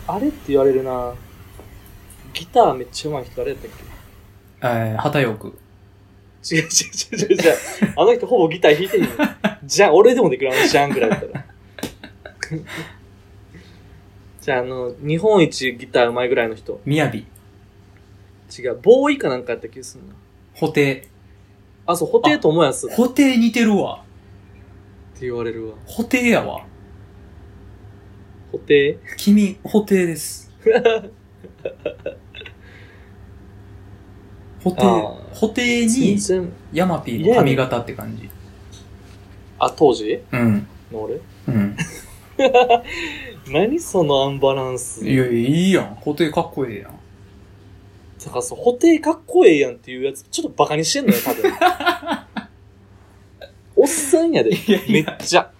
Speaker 2: あれって言われるな。ギターめっちゃ上手い人誰やったっ
Speaker 1: えー、旗よく。
Speaker 2: け違う違う違う違う違う。あの人ほぼギター弾いてんよ。じゃあ、俺でもできるあの、じゃんぐらいだったら。じゃあ、あの、日本一ギター上手いぐらいの人。
Speaker 1: みやび。
Speaker 2: 違う、ボーイかなんかやった気がするな。
Speaker 1: 補定。
Speaker 2: あ、そう、ホテイと思うやつって
Speaker 1: 補定似てるわ。
Speaker 2: 言われるわ。
Speaker 1: 補定やわ。
Speaker 2: ホテイ
Speaker 1: 君、補定 です。補定
Speaker 2: あー。
Speaker 1: 補定
Speaker 2: 全
Speaker 1: に、
Speaker 2: 然。
Speaker 1: ヤマピーの髪型って感じ。
Speaker 2: あ、当時
Speaker 1: うん。
Speaker 2: の俺
Speaker 1: うん。
Speaker 2: 何そのアンバランス。
Speaker 1: いやいや、いいやん。固定かっこいいやん。
Speaker 2: だからそう、補定かっこええやんっていうやつ、ちょっとバカにしてんのよ、多分。おっさんやで。
Speaker 1: やい
Speaker 2: め
Speaker 1: や
Speaker 2: っちゃ。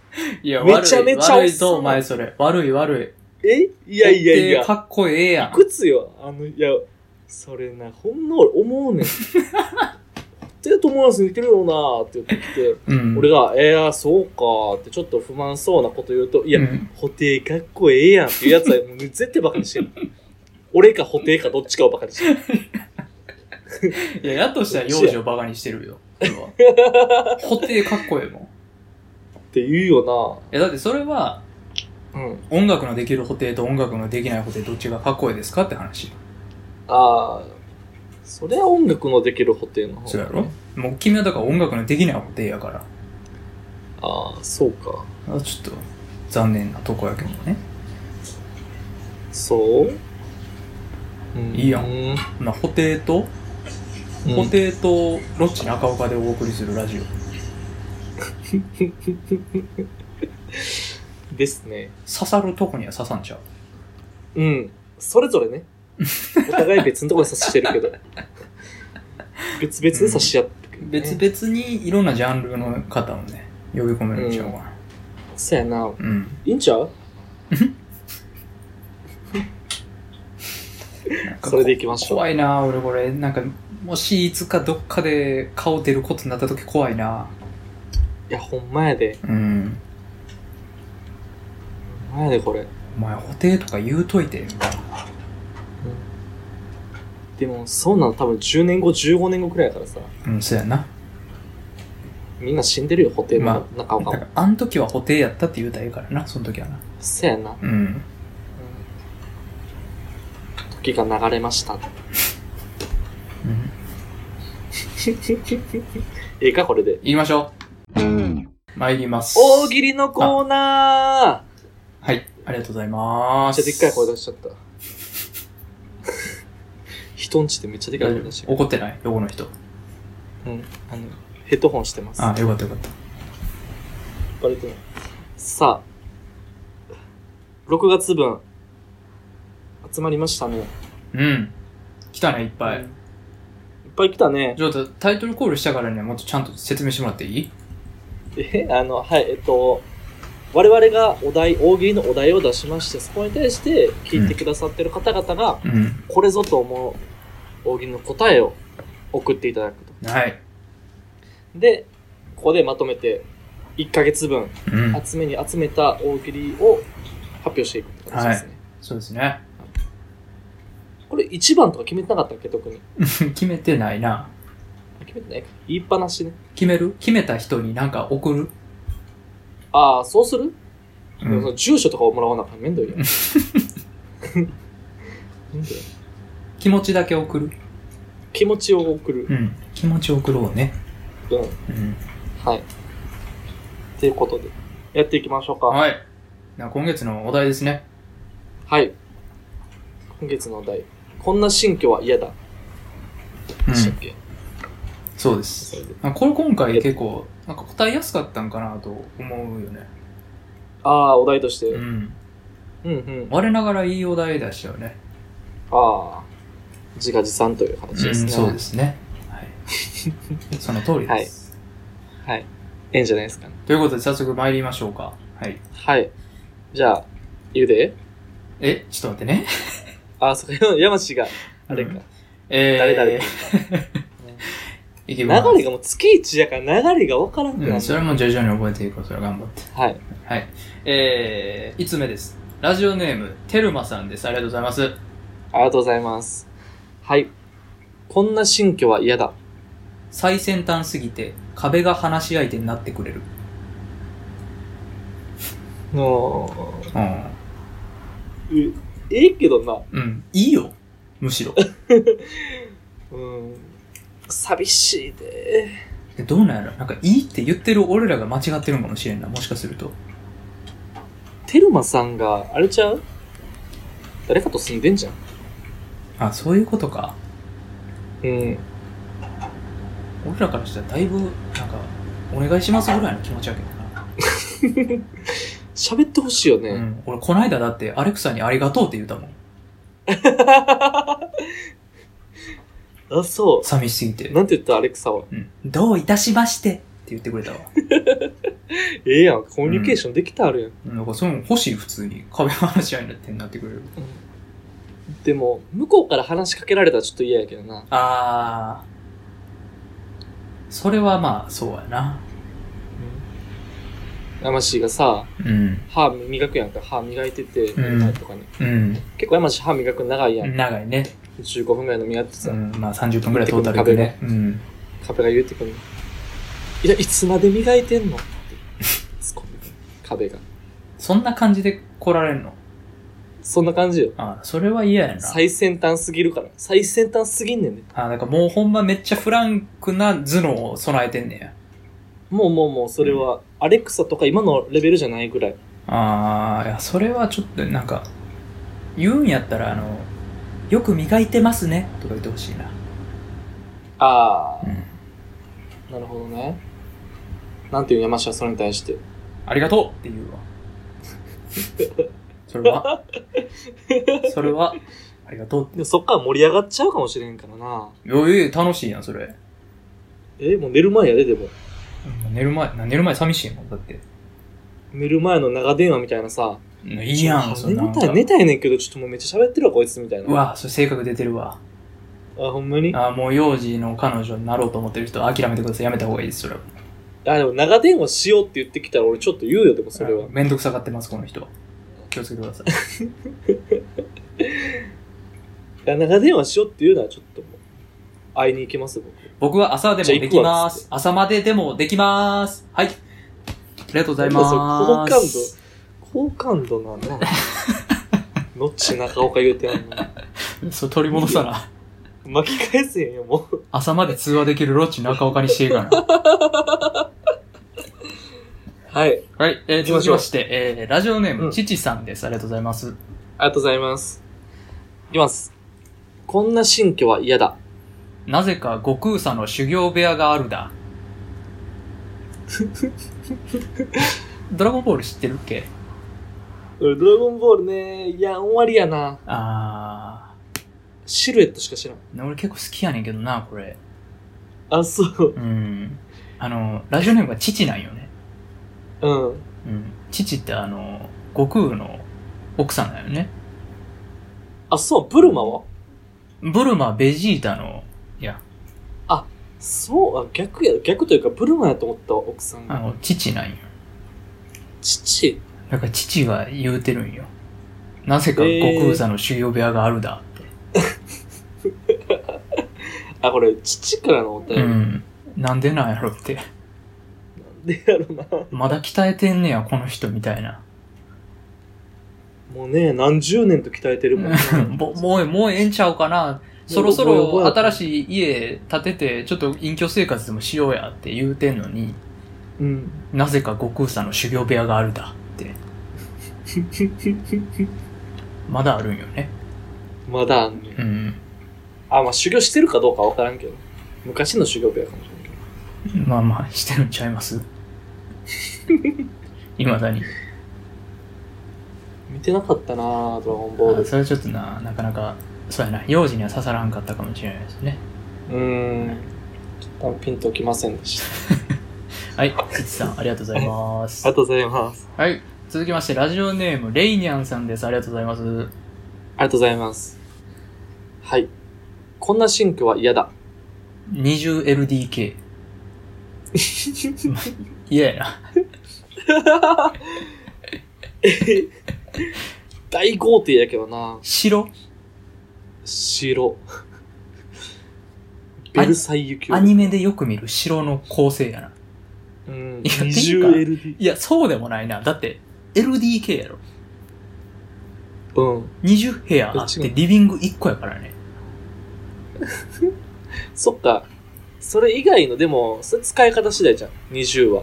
Speaker 1: いや、
Speaker 2: めちゃめち
Speaker 1: 悪
Speaker 2: ゃ
Speaker 1: い悪
Speaker 2: おっ
Speaker 1: い
Speaker 2: さん
Speaker 1: ぞ、お前それ。悪い悪
Speaker 2: えい
Speaker 1: い。
Speaker 2: やいやい
Speaker 1: 固定
Speaker 2: や。
Speaker 1: かっこええやん。
Speaker 2: 靴よ。あの、いや、それな、ほんの俺思うねん。って友達に似てるよなーって言ってきて、
Speaker 1: うん。
Speaker 2: 俺が、えー、そうかーってちょっと不満そうなこと言うと、いや、
Speaker 1: うん
Speaker 2: 補定かっこええやんっていうやつはもう絶対バカにしてる。俺か補定かどっちかをバカにしてる。
Speaker 1: いや、やっとしたら幼児をバカにしてるよ。俺は固定かっこええもん。い
Speaker 2: て言うよ
Speaker 1: や、だってそれは、
Speaker 2: な。うん。
Speaker 1: 音楽のできる補定と音楽のできない補定どっちがかっこいいですかって話。
Speaker 2: ああ、そりゃ音楽のできる補定の方。
Speaker 1: そうやろもう君はだから音楽のできない補定やから。
Speaker 2: ああ、そうか。
Speaker 1: あちょっと残念なとこやけどね。
Speaker 2: そう、うん
Speaker 1: いいやん
Speaker 2: うん。
Speaker 1: まあ、補定と、補定とロッチ中岡でお送りするラジオ。
Speaker 2: ですね。
Speaker 1: 刺さるとこには刺さんちゃう。
Speaker 2: うん。それぞ れね。お互い別のところで察してるけど。別々で察し合ってるけど、ね。
Speaker 1: 別々にいろんなジャンルの方をね、呼び込めるんちゃうかな。
Speaker 2: そうやな。
Speaker 1: うん。
Speaker 2: いいんちゃう
Speaker 1: なんか
Speaker 2: それで行きましょう
Speaker 1: 怖いな俺これ。なんか、もしいつかどっかで顔出ることになった時怖いない
Speaker 2: や、ほんまやで。
Speaker 1: うん。
Speaker 2: ほんまやで、これ。
Speaker 1: お前、補定とか言うといて。
Speaker 2: でも、そうなの多分10年後、15年後くらいやからさ。
Speaker 1: うん、そうやな。
Speaker 2: みんな死んでるよ、ホテルの
Speaker 1: ま
Speaker 2: 中岡
Speaker 1: だ
Speaker 2: も。
Speaker 1: か、
Speaker 2: から
Speaker 1: あん時は補定やったって言うたらええからな、その時はな。
Speaker 2: そうやな。
Speaker 1: うん。
Speaker 2: 時が流れました。
Speaker 1: うん、
Speaker 2: ええか、これで。
Speaker 1: 行きましょう。参ります。
Speaker 2: 大喜利のコーナ
Speaker 1: はい、ありがとうございま
Speaker 2: ーめっち
Speaker 1: す。
Speaker 2: ゃでっかい声出しちゃ った。人んちでめっちゃでっかい声出しちゃっ
Speaker 1: 怒ってない横の人。
Speaker 2: た。うん。あの、ヘッドホンしてます。
Speaker 1: あ、よかったよかった。
Speaker 2: バレてない。さあ、6月分、集まりましたね。いっ
Speaker 1: うん。来たね、いっぱ
Speaker 2: いっ
Speaker 1: い。
Speaker 2: ぱい来たね。
Speaker 1: ちょっとタイトルコールしたからね、もっとちゃんと説明してもらっていい
Speaker 2: え、あの、はい、えっと、我々がお題、大喜利のお題を出しまして、そこに対して聞いてくださってる方々が、
Speaker 1: うん。
Speaker 2: これぞと思う大喜利の答えを送っていただくと。
Speaker 1: はい。
Speaker 2: で、ここでまとめて、1ヶ月分、
Speaker 1: うん。
Speaker 2: 集めに集めた大喜利を発表していくって感じですね。
Speaker 1: そうですね。
Speaker 2: これ1番とか決めてなかったっけ、特に。
Speaker 1: 決めてないな。
Speaker 2: 決めてないか。言いっぱなしね。
Speaker 1: 決める決めた人になんか送る、
Speaker 2: ああ、そうする、
Speaker 1: う
Speaker 2: でもその
Speaker 1: ん、
Speaker 2: 住所とかをもらわなあかんめんどいやん。めん どいやん
Speaker 1: 気持ちだけ送る
Speaker 2: 気持ちを送る
Speaker 1: う。ん。気持ち送ろうね。
Speaker 2: うん。
Speaker 1: うん。
Speaker 2: はい。ということで、やっていきましょうか。はい。
Speaker 1: はい。な今月のお題ですね。
Speaker 2: 今月のお題。こんな新居は嫌だ。
Speaker 1: う
Speaker 2: でしたっ
Speaker 1: ん。
Speaker 2: け、
Speaker 1: そうです。
Speaker 2: それで
Speaker 1: あこれ今回結構、なんか答えやすかったんかなと思うよね。
Speaker 2: ああ、お題として。
Speaker 1: う
Speaker 2: うん
Speaker 1: ん。
Speaker 2: うん。あ
Speaker 1: 我ながらいいお題出したよね。
Speaker 2: あ、自画自賛という話です
Speaker 1: うん
Speaker 2: ね。
Speaker 1: そうですね。はい。 その通りです。
Speaker 2: はい。ええんじゃないですかね。
Speaker 1: ということで早速参りましょうか。はい。
Speaker 2: はい。じゃあ、言うで。
Speaker 1: え、ちょっと待ってね。
Speaker 2: ああ、そこ、 山氏が、あれか。
Speaker 1: うんえー、
Speaker 2: 誰々君
Speaker 1: いきます。
Speaker 2: 流れがもう月一やから流れが分からんくなる、
Speaker 1: うん、それも徐々に覚えていこう。それは頑張って。
Speaker 2: はい。
Speaker 1: はい。えー、5つ目です。ラジオネーム、テルマさんです。ありがとうございます。
Speaker 2: ありがとうございます。はい。こんな新居は嫌だ。
Speaker 1: 最先端すぎて、壁が話し相手になってくれる。
Speaker 2: の
Speaker 1: うん。
Speaker 2: えええけどな。
Speaker 1: うん。いいよ。むしろ。
Speaker 2: うん。寂しいで。
Speaker 1: でどうなんやろなんか、いいって言ってる俺らが間違ってるんかもしれんな。もしかすると。
Speaker 2: テルマさんが、あれちゃう誰かと住んでんじゃん。
Speaker 1: あ、そういうことか。
Speaker 2: うん。
Speaker 1: 俺らからしたらだいぶ、なんか、お願いしますぐらいの気持ちやけどな。
Speaker 2: 喋ってほしいよ
Speaker 1: う
Speaker 2: ね。
Speaker 1: ん。俺、こないだだって、アレクサにありがとうって言うたもん。
Speaker 2: あ、そ
Speaker 1: 寂しすぎて
Speaker 2: う。。なんて言ったアレクサは。
Speaker 1: うん。どういたしましてって言ってくれたわ。
Speaker 2: ええやん。コミュニケーションできたあるやん。
Speaker 1: うんなんか、そういうの欲しい、普通に。壁話し合いになってなってくれる。
Speaker 2: でも、向こうから話しかけられたらちょっと嫌やけどな。
Speaker 1: あー。それはまあ、そうやな。
Speaker 2: 山氏がさ、
Speaker 1: うん。
Speaker 2: 歯磨くやんか。歯磨いてて、
Speaker 1: うん
Speaker 2: 前とかに。
Speaker 1: うん。
Speaker 2: 結構山氏歯磨くの長いやん。
Speaker 1: 長いね。
Speaker 2: 15分ぐらい飲み合ってさ、
Speaker 1: うん、まあ30分ぐらいトータルでね。うん。
Speaker 2: カベが言うてくるの。いや、いつまで磨いてんのって突っ込んでくる。壁が。
Speaker 1: そんな感じで来られるの
Speaker 2: そんな感じよ。
Speaker 1: あそれは嫌やな。
Speaker 2: 最先端すぎるから。最先端すぎんねんね。
Speaker 1: あなんかもうほんまめっちゃフランクな頭脳を備えてんねや。
Speaker 2: もうもうもう、それは、アレクサとか今のレベルじゃないぐらい。
Speaker 1: ああ、いや、それはちょっとなんか、言うんやったら、あの、よく磨いてますね、とか言ってほしいな。
Speaker 2: あ
Speaker 1: うん。
Speaker 2: あ、なるほどね。なんていう山下はそれに対 して。
Speaker 1: ありがとうって言うわ。 それは、それは、ありがとうって。
Speaker 2: でもそっから盛り上がっちゃうかもしれんからな。
Speaker 1: いやいやいや楽しいやん、それ。
Speaker 2: え、もう寝る前やで、でも。
Speaker 1: 寝る前、な寝る前寂しいもん、だって。
Speaker 2: 寝る前の長電話みたいなさ。
Speaker 1: いいやん、
Speaker 2: ち
Speaker 1: そ
Speaker 2: ょ
Speaker 1: んな
Speaker 2: 寝
Speaker 1: ん
Speaker 2: たい、寝たいねんけど、ちょっともうめっちゃ喋ってるわ、こいつみたいな。
Speaker 1: うわ、それ性格出てるわ。
Speaker 2: あ、ほんまにあ
Speaker 1: あもう幼児の彼女になろうと思ってる人は諦めてください。やめた方がいいです、それは。
Speaker 2: でも長電話しようって言ってきたら俺ちょっと言うよ、でもそれは
Speaker 1: あ。めんどくさがってます、この人。気をつけてくだ さい。
Speaker 2: いや長電話しようって言うならちょっともう会いに行きます、僕。
Speaker 1: 僕は朝でも
Speaker 2: じゃあ行
Speaker 1: で
Speaker 2: く
Speaker 1: き
Speaker 2: わ
Speaker 1: ま
Speaker 2: っつって
Speaker 1: す。朝まででもできます。はい。ありがとうござい
Speaker 2: なん
Speaker 1: ま
Speaker 2: だ
Speaker 1: す。
Speaker 2: それ好感度、好感度 なんだ。のっち中岡言うてやんの。
Speaker 1: そう取り戻さな。
Speaker 2: 巻き返せへんよ、もう。
Speaker 1: 朝まで通話できるロッチ中岡にしていいかな。
Speaker 2: はい。
Speaker 1: はい。えー、
Speaker 2: 行きま
Speaker 1: 続
Speaker 2: し
Speaker 1: き
Speaker 2: ょう
Speaker 1: まして、えー、ラジオネーム、
Speaker 2: うん
Speaker 1: ちちさんです。ありがとうございます。
Speaker 2: ありがとうございます。いきます。こんな新居は嫌だ。
Speaker 1: なぜか悟空さんの修行部屋がある だ。ドラゴンボール知ってるっけ
Speaker 2: 俺、ドラゴンボールね、いや、終わりやな。
Speaker 1: あ
Speaker 2: シルエットしか知らん。
Speaker 1: ー、俺結構好きやねんけどな、これ。
Speaker 2: あ、そう。
Speaker 1: うん。あの、ラジオネームが父なんよね。
Speaker 2: うん。
Speaker 1: うん。父ってあの、悟空の奥さんだよね。
Speaker 2: あ、そう、ブルマは
Speaker 1: ブルマ、ベジータの、いや、
Speaker 2: そう、あ、逆や、逆というか、ブルマやと思ったわ、奥さん
Speaker 1: あ
Speaker 2: が。
Speaker 1: の、父なんよ。
Speaker 2: 父。
Speaker 1: だから父が言うてるんよ。なぜか
Speaker 2: えー
Speaker 1: 悟空さんの修行部屋があるだって。
Speaker 2: あ、これ、父からのお便り。
Speaker 1: うん。なんでなんやろって。
Speaker 2: でやろな。
Speaker 1: まだ鍛えてんねや、この人みたいな。
Speaker 2: もうね、何十年と鍛えてるもんね。
Speaker 1: もう、もう、もうええんちゃうかな。そろそろ新しい家建てて、ちょっと隠居生活でもしようやって言うてんのに、
Speaker 2: うん。
Speaker 1: なぜか悟空さんの修行部屋があるだって。まだあるんよね。
Speaker 2: まだあんねん
Speaker 1: うん。
Speaker 2: あ、まあ修行してるかどうかわからんけど。昔の修行部屋かもしれんけど。
Speaker 1: まあまあ、してるんちゃいます いまだに。
Speaker 2: 見てなかったなぁ、ドラゴンボー
Speaker 1: あ
Speaker 2: ル。
Speaker 1: それはちょっとな、なかなか、そうやな、幼児には刺さらんかったかもしれないですね。
Speaker 2: うーん。ちょっとピンときませんでした。
Speaker 1: はい、つちさん、ありがとうございま
Speaker 2: あ
Speaker 1: す
Speaker 2: りが。とうございます。
Speaker 1: はい、続きまして、ラジオネーム、レイニャンさんです。ありがとうございます。
Speaker 2: ありがとうございます。はい。こんな新居は嫌だ。
Speaker 1: 20LDK。嫌やな。
Speaker 2: 大豪邸やけどな
Speaker 1: 白
Speaker 2: 白。ベルサイユ
Speaker 1: ア
Speaker 2: 宮殿。
Speaker 1: ニメでよく見る白の構成やな。
Speaker 2: うん。
Speaker 1: いやっていうか
Speaker 2: 20LD。
Speaker 1: いや、そうでもないな。だって、LDK やろ。
Speaker 2: うん。
Speaker 1: 20部屋あって、リビング1個やからね。
Speaker 2: そっか。それ以外の、でも、それ使い方次第じゃん。20は。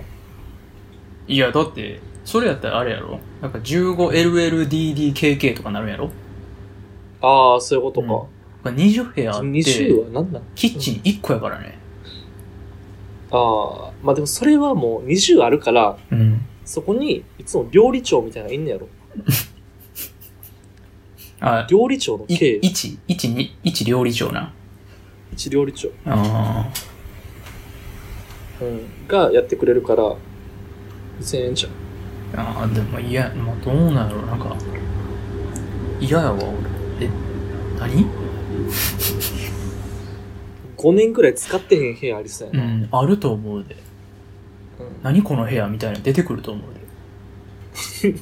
Speaker 1: いや、だって、それやったらあれやろ。なんか 15LLDDKK とかなるんやろ。
Speaker 2: ああ、そういうことか。
Speaker 1: これ20部屋あっ
Speaker 2: 20
Speaker 1: て、
Speaker 2: は何なん
Speaker 1: キッチン1個やからね。
Speaker 2: ああ、まあでもそれはもう20あるから、
Speaker 1: うん。
Speaker 2: そこにいつも料理長みたいなのがいんねやろ。
Speaker 1: あ、
Speaker 2: 料理長の
Speaker 1: い
Speaker 2: K、
Speaker 1: 1、1、2、1料理長な。
Speaker 2: 一料理長、
Speaker 1: あ
Speaker 2: うん、がやってくれるから、1000円じゃん。
Speaker 1: ーあー、でも嫌、まあ、どうなんやろ。なんか、嫌やわ、俺。え、何
Speaker 2: 5年くらい使ってへん部屋ありそうや
Speaker 1: う
Speaker 2: な。
Speaker 1: ん、あると思うで。
Speaker 2: うん
Speaker 1: 何この部屋みたいなの出てくると思うで。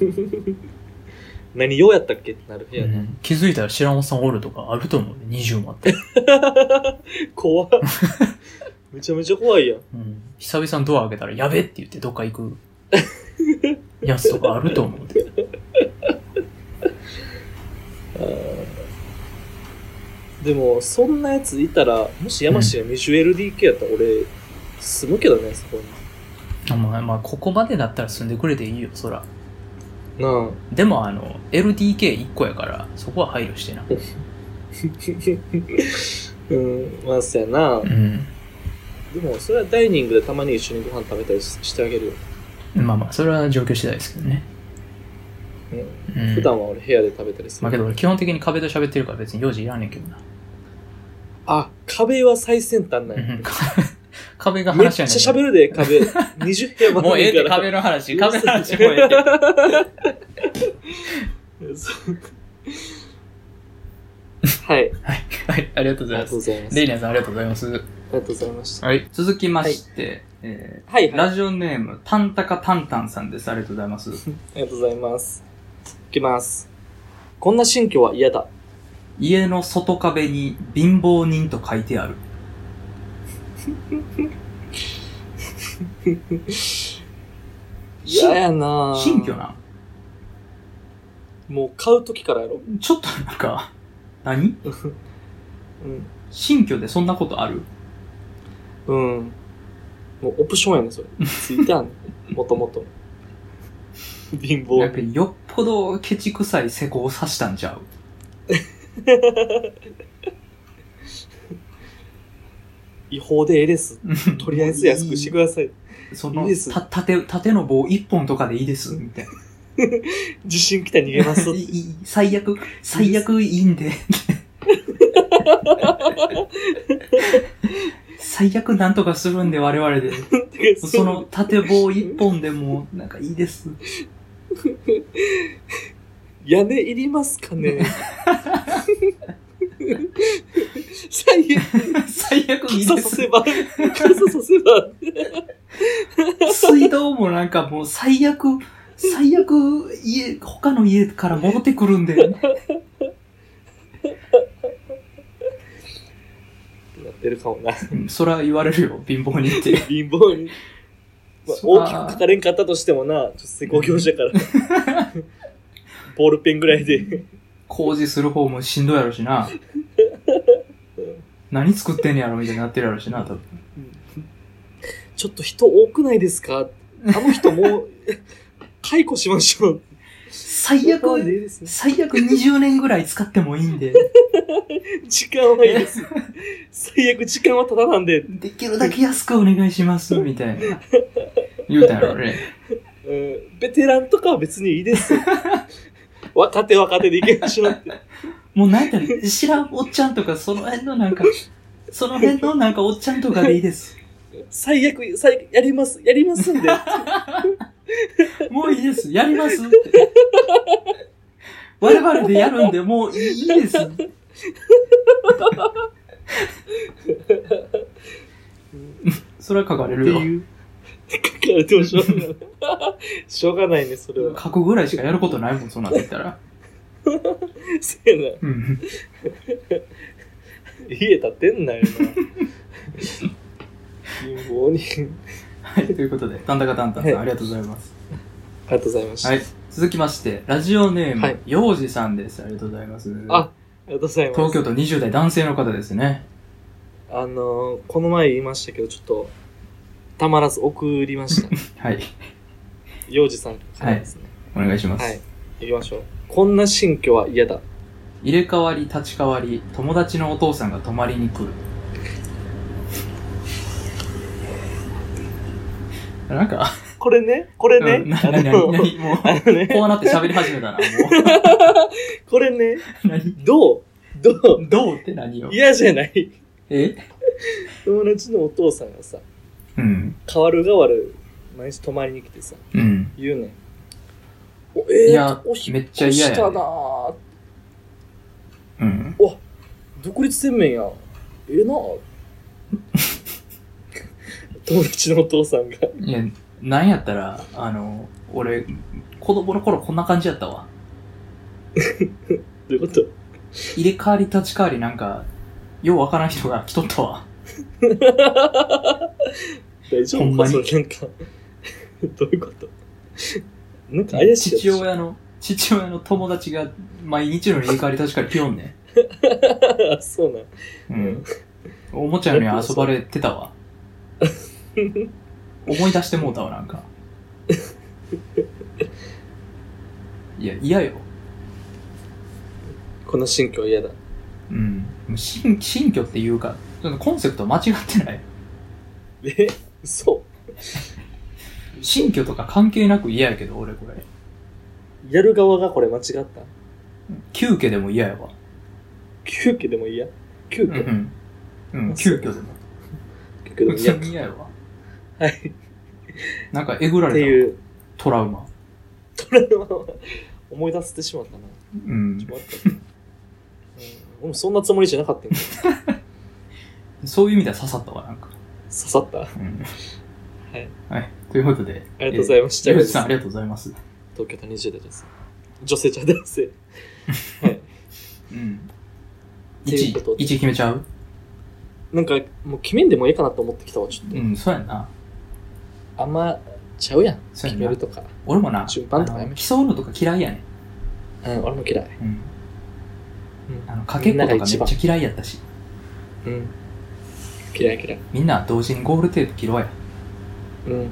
Speaker 2: 何用やったっけってなる部屋
Speaker 1: う
Speaker 2: な。
Speaker 1: ん気づいたら知らんおっさんおるとかあると思うね20もあって、
Speaker 2: 怖っ。めちゃめちゃ怖いやん。
Speaker 1: うん、久々にドア開けたらやべって言ってどっか行 くやつとかあると思うで
Speaker 2: あーでも、そんなやついたら、もし山氏が 20LDK やったら俺、住むけどね、そこに。
Speaker 1: お前まあここまでだったら住んでくれていいよそら
Speaker 2: なあ。
Speaker 1: でもあの LDK1 個やからそこは配慮してな
Speaker 2: うん、まあ、そうやな
Speaker 1: う。ん
Speaker 2: でも、それはダイニングでたまに一緒にご飯食べたりししてあげるよ。
Speaker 1: まあまあそれは状況次第ですけどね、
Speaker 2: うん
Speaker 1: うん、
Speaker 2: 普段は俺部屋で食べたりする。
Speaker 1: まあけど俺基本的に壁と喋ってるから別に用事いらんねんけどな
Speaker 2: あ、壁は最先端なんや。
Speaker 1: うん 壁が
Speaker 2: めっ
Speaker 1: 話
Speaker 2: ちゃ
Speaker 1: やねん
Speaker 2: 喋るで、壁。20部屋まで
Speaker 1: もうええって
Speaker 2: から
Speaker 1: 壁の 話壁の話もうええって
Speaker 2: そうはい。
Speaker 1: はい、はい、ありがとうございま
Speaker 2: ありが とうご
Speaker 1: す。
Speaker 2: ざいます。
Speaker 1: レイ
Speaker 2: あ
Speaker 1: ナさん、ありがとうございます。
Speaker 2: りがとうございました。
Speaker 1: はい。続きまして、え
Speaker 2: はい、
Speaker 1: ー
Speaker 2: はい。あ
Speaker 1: ラジオネーム、タンタカタンタンさんです。ありがとうございます。
Speaker 2: りがとうございます。いきます。こんな新居は嫌だ。
Speaker 1: 家の外壁に貧乏人と書いてある。
Speaker 2: 嫌やなぁ
Speaker 1: 新居な
Speaker 2: もう買う時からやろ。
Speaker 1: んちょっとなんか、何
Speaker 2: うん。
Speaker 1: 新居でそんなことある
Speaker 2: うん。もうオプションやね んそれ。ついてあんねんもともと。貧
Speaker 1: やっ
Speaker 2: 乏
Speaker 1: ぱ。りよっぽどケチくさい施工をさしたんちゃう
Speaker 2: 違法でええです。とりあえず安くしてください。
Speaker 1: そ
Speaker 2: い
Speaker 1: の
Speaker 2: いです、
Speaker 1: た、縦、縦の棒一本とかでいいです、みたいな。
Speaker 2: 地震来たら逃げます。
Speaker 1: いいいい最悪、最悪いいんで。最悪なんとかするんで我々で。 その縦棒一本でもなんかいいです。
Speaker 2: 屋根いりますかね 最悪
Speaker 1: 最悪いい
Speaker 2: 傘
Speaker 1: で
Speaker 2: させ
Speaker 1: す。
Speaker 2: ば傘させば
Speaker 1: 水道もなんかもう最悪、最悪家、他の家から戻ってくるんで。
Speaker 2: なってるかもな
Speaker 1: うんそら言われるよ、貧乏人って。
Speaker 2: 貧乏に、まあ、
Speaker 1: そう
Speaker 2: 大きく書かれんかったとしてもなちょっと施工業者 からボールペンぐらいで
Speaker 1: 工事する方もしんどいやろしな。何作ってんねやろみたいになってるやろしな、多分。
Speaker 2: ちょっと人多くないですかあの人もう 解雇しましょう
Speaker 1: 最悪
Speaker 2: いいですね
Speaker 1: 最悪20年ぐらい使ってもいいん で、
Speaker 2: 時間はいいです最悪時間はただなんで、
Speaker 1: できるだけ安くお願いします、みたいな。言うたやろね。
Speaker 2: うん、ベテランとかは別にいいです若手若手でいきましょうって
Speaker 1: もうなんか、知らんおっちゃんとか、その辺のなんか、その辺のなんかおっちゃんとかでいいです。
Speaker 2: 最悪、最悪、やります、やりますんで。
Speaker 1: もういいです。やりますって。我々でやるんで、もういいです。 それは書かれるよ。
Speaker 2: う。書かれてもしょうがない。しょうがないね、それは。
Speaker 1: 書くぐらいしかやることないもん、そうなってきたら。
Speaker 2: せやな。
Speaker 1: うん。
Speaker 2: 家建てんなよな。貧乏人。
Speaker 1: はい、ということで、タンタカタンタンさん、ありがとうございます。
Speaker 2: ありがとうございました。
Speaker 1: はい。続きまして、ラジオネー
Speaker 2: はい
Speaker 1: ム、ようじさんです。ありがとうございます。
Speaker 2: あありがとうございます。
Speaker 1: 東京都20代男性の方ですね。
Speaker 2: あのー、この前言いましたけど、ちょっと、たまらず送り ました。
Speaker 1: はい。
Speaker 2: 幼児さんからですね。
Speaker 1: お願いします。
Speaker 2: はい。行きましょう。こんな新居は嫌だ。
Speaker 1: 入れ替わり、立ち替わり、友達のお父さんが泊まりに来る。なんか、
Speaker 2: これね、これ
Speaker 1: うん、
Speaker 2: ね
Speaker 1: な、、
Speaker 2: あ
Speaker 1: な、な、
Speaker 2: の、
Speaker 1: なに、もう、
Speaker 2: あのね、
Speaker 1: こうなって喋り始めたな、も
Speaker 2: これね、
Speaker 1: う。何
Speaker 2: どうどう
Speaker 1: どうって何よ。
Speaker 2: 嫌じゃない
Speaker 1: え
Speaker 2: 友達のお父さんがさ
Speaker 1: うん。
Speaker 2: 変わる変わる毎日泊まりに来てさ
Speaker 1: うん。
Speaker 2: 言うねんおええ
Speaker 1: いや
Speaker 2: お引
Speaker 1: めっちゃ
Speaker 2: 越
Speaker 1: 嫌や
Speaker 2: し
Speaker 1: ね
Speaker 2: たなあ
Speaker 1: うん。
Speaker 2: 独立洗面やええな あ友達のお父さんが
Speaker 1: いや、なんやったら、あの、俺、子供の頃こんな感じやったわ。
Speaker 2: どういうこと
Speaker 1: 入れ替わり立ち替わりなんか、ようわからん人が来とったわ。
Speaker 2: 大丈
Speaker 1: ほん
Speaker 2: 夫
Speaker 1: ま
Speaker 2: か
Speaker 1: に
Speaker 2: それなんか どういうことなんか怪しいやつ
Speaker 1: 父親の、父親の友達が毎日のように入れ替わり立ち替わり来よんね。
Speaker 2: そうなん
Speaker 1: うん。おもちゃのように遊ばれてた わ。思い出してもうたわ、なんか。いや、嫌よ。
Speaker 2: この新居は嫌だ
Speaker 1: うん。新新居っていうか、そのコンセプト間違ってない。
Speaker 2: え嘘
Speaker 1: 新居とか関係なく嫌やけど、俺これ。
Speaker 2: やる側がこれ間違った
Speaker 1: 急遽でも嫌やわ。
Speaker 2: 急遽でも嫌急
Speaker 1: う
Speaker 2: 遽、
Speaker 1: ん。うん、急遽でも。
Speaker 2: 急遽でも
Speaker 1: 普通
Speaker 2: 嫌
Speaker 1: に嫌やわ。
Speaker 2: はいっ
Speaker 1: なんかえぐら
Speaker 2: て
Speaker 1: れた
Speaker 2: いう
Speaker 1: トラウマ。
Speaker 2: 思い出してしまったな
Speaker 1: うん
Speaker 2: ち。ょっと待ってうん俺もそんなつもりじゃなかったよ刺
Speaker 1: そういう意味では刺さったわ、なんか。
Speaker 2: さったあ
Speaker 1: うん。
Speaker 2: はい。
Speaker 1: はい。ということで。
Speaker 2: りがとうございました
Speaker 1: えー山口さん、ありがとうございます。
Speaker 2: 東京都20代です女性じゃ男性
Speaker 1: うん。
Speaker 2: ということ
Speaker 1: 1位、
Speaker 2: で
Speaker 1: 一位決めちゃう
Speaker 2: なんかもう決めんでもいいかなと思ってきたわちょっと、
Speaker 1: うん、そうやんな。
Speaker 2: あんまちゃうやん
Speaker 1: そうや
Speaker 2: 決
Speaker 1: んな
Speaker 2: めるとか
Speaker 1: 俺もな、
Speaker 2: 順番とかやめ
Speaker 1: あの競うのとか嫌いやねん。
Speaker 2: うん俺も嫌い、
Speaker 1: うん。
Speaker 2: うん
Speaker 1: あの、かけっことかめっちゃ嫌いやったし。
Speaker 2: うん、嫌い嫌い
Speaker 1: みんな同時にゴールテープ切ろうや。
Speaker 2: うん、
Speaker 1: うん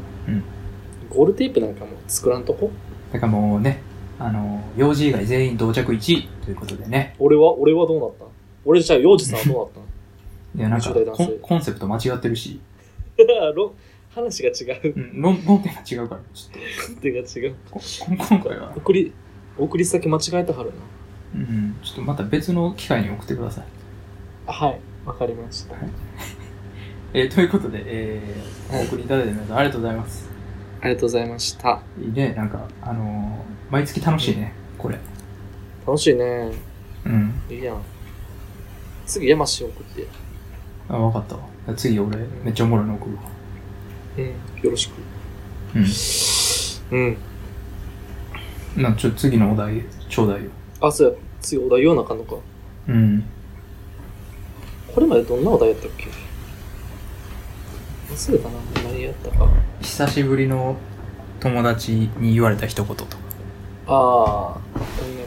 Speaker 2: ゴールテープなんかもう作らんとこ
Speaker 1: だからもうね、あの、幼児以外全員到着1位ということでね。
Speaker 2: 俺は俺はどうなったん俺じゃあ幼児さんはどうなっ
Speaker 1: いや、なんか
Speaker 2: 20代男
Speaker 1: コ
Speaker 2: 性
Speaker 1: ン、コンセプト間違ってるし、
Speaker 2: た んろ話が違う
Speaker 1: うん、論論点が違うから、ちょっ
Speaker 2: 手が違う
Speaker 1: と、こ今回は、
Speaker 2: 送り送り先間違えたはるな
Speaker 1: うん、ちょっとまた別の機会に送ってください。
Speaker 2: あはいわかりました
Speaker 1: えーということで、えーお送りいただいた皆さんありがとうございます。
Speaker 2: ありがとうございました
Speaker 1: いいね、なんか、あのー毎月楽しいね、これ。
Speaker 2: 楽しいね
Speaker 1: うん。
Speaker 2: いいやん次山氏送って
Speaker 1: あ、わかったわ。次俺、めっちゃおもろいの送るわ。
Speaker 2: うんよろしく
Speaker 1: うん。
Speaker 2: うん
Speaker 1: なんかちょ、次のお題、ちょうだいよ。
Speaker 2: あそうや次お題言わなあかんのか
Speaker 1: うん。
Speaker 2: これまでどんなお題やったっけ忘れたな何やったか
Speaker 1: 久しぶりの友達に言われた一言とか。
Speaker 2: ああ、これね。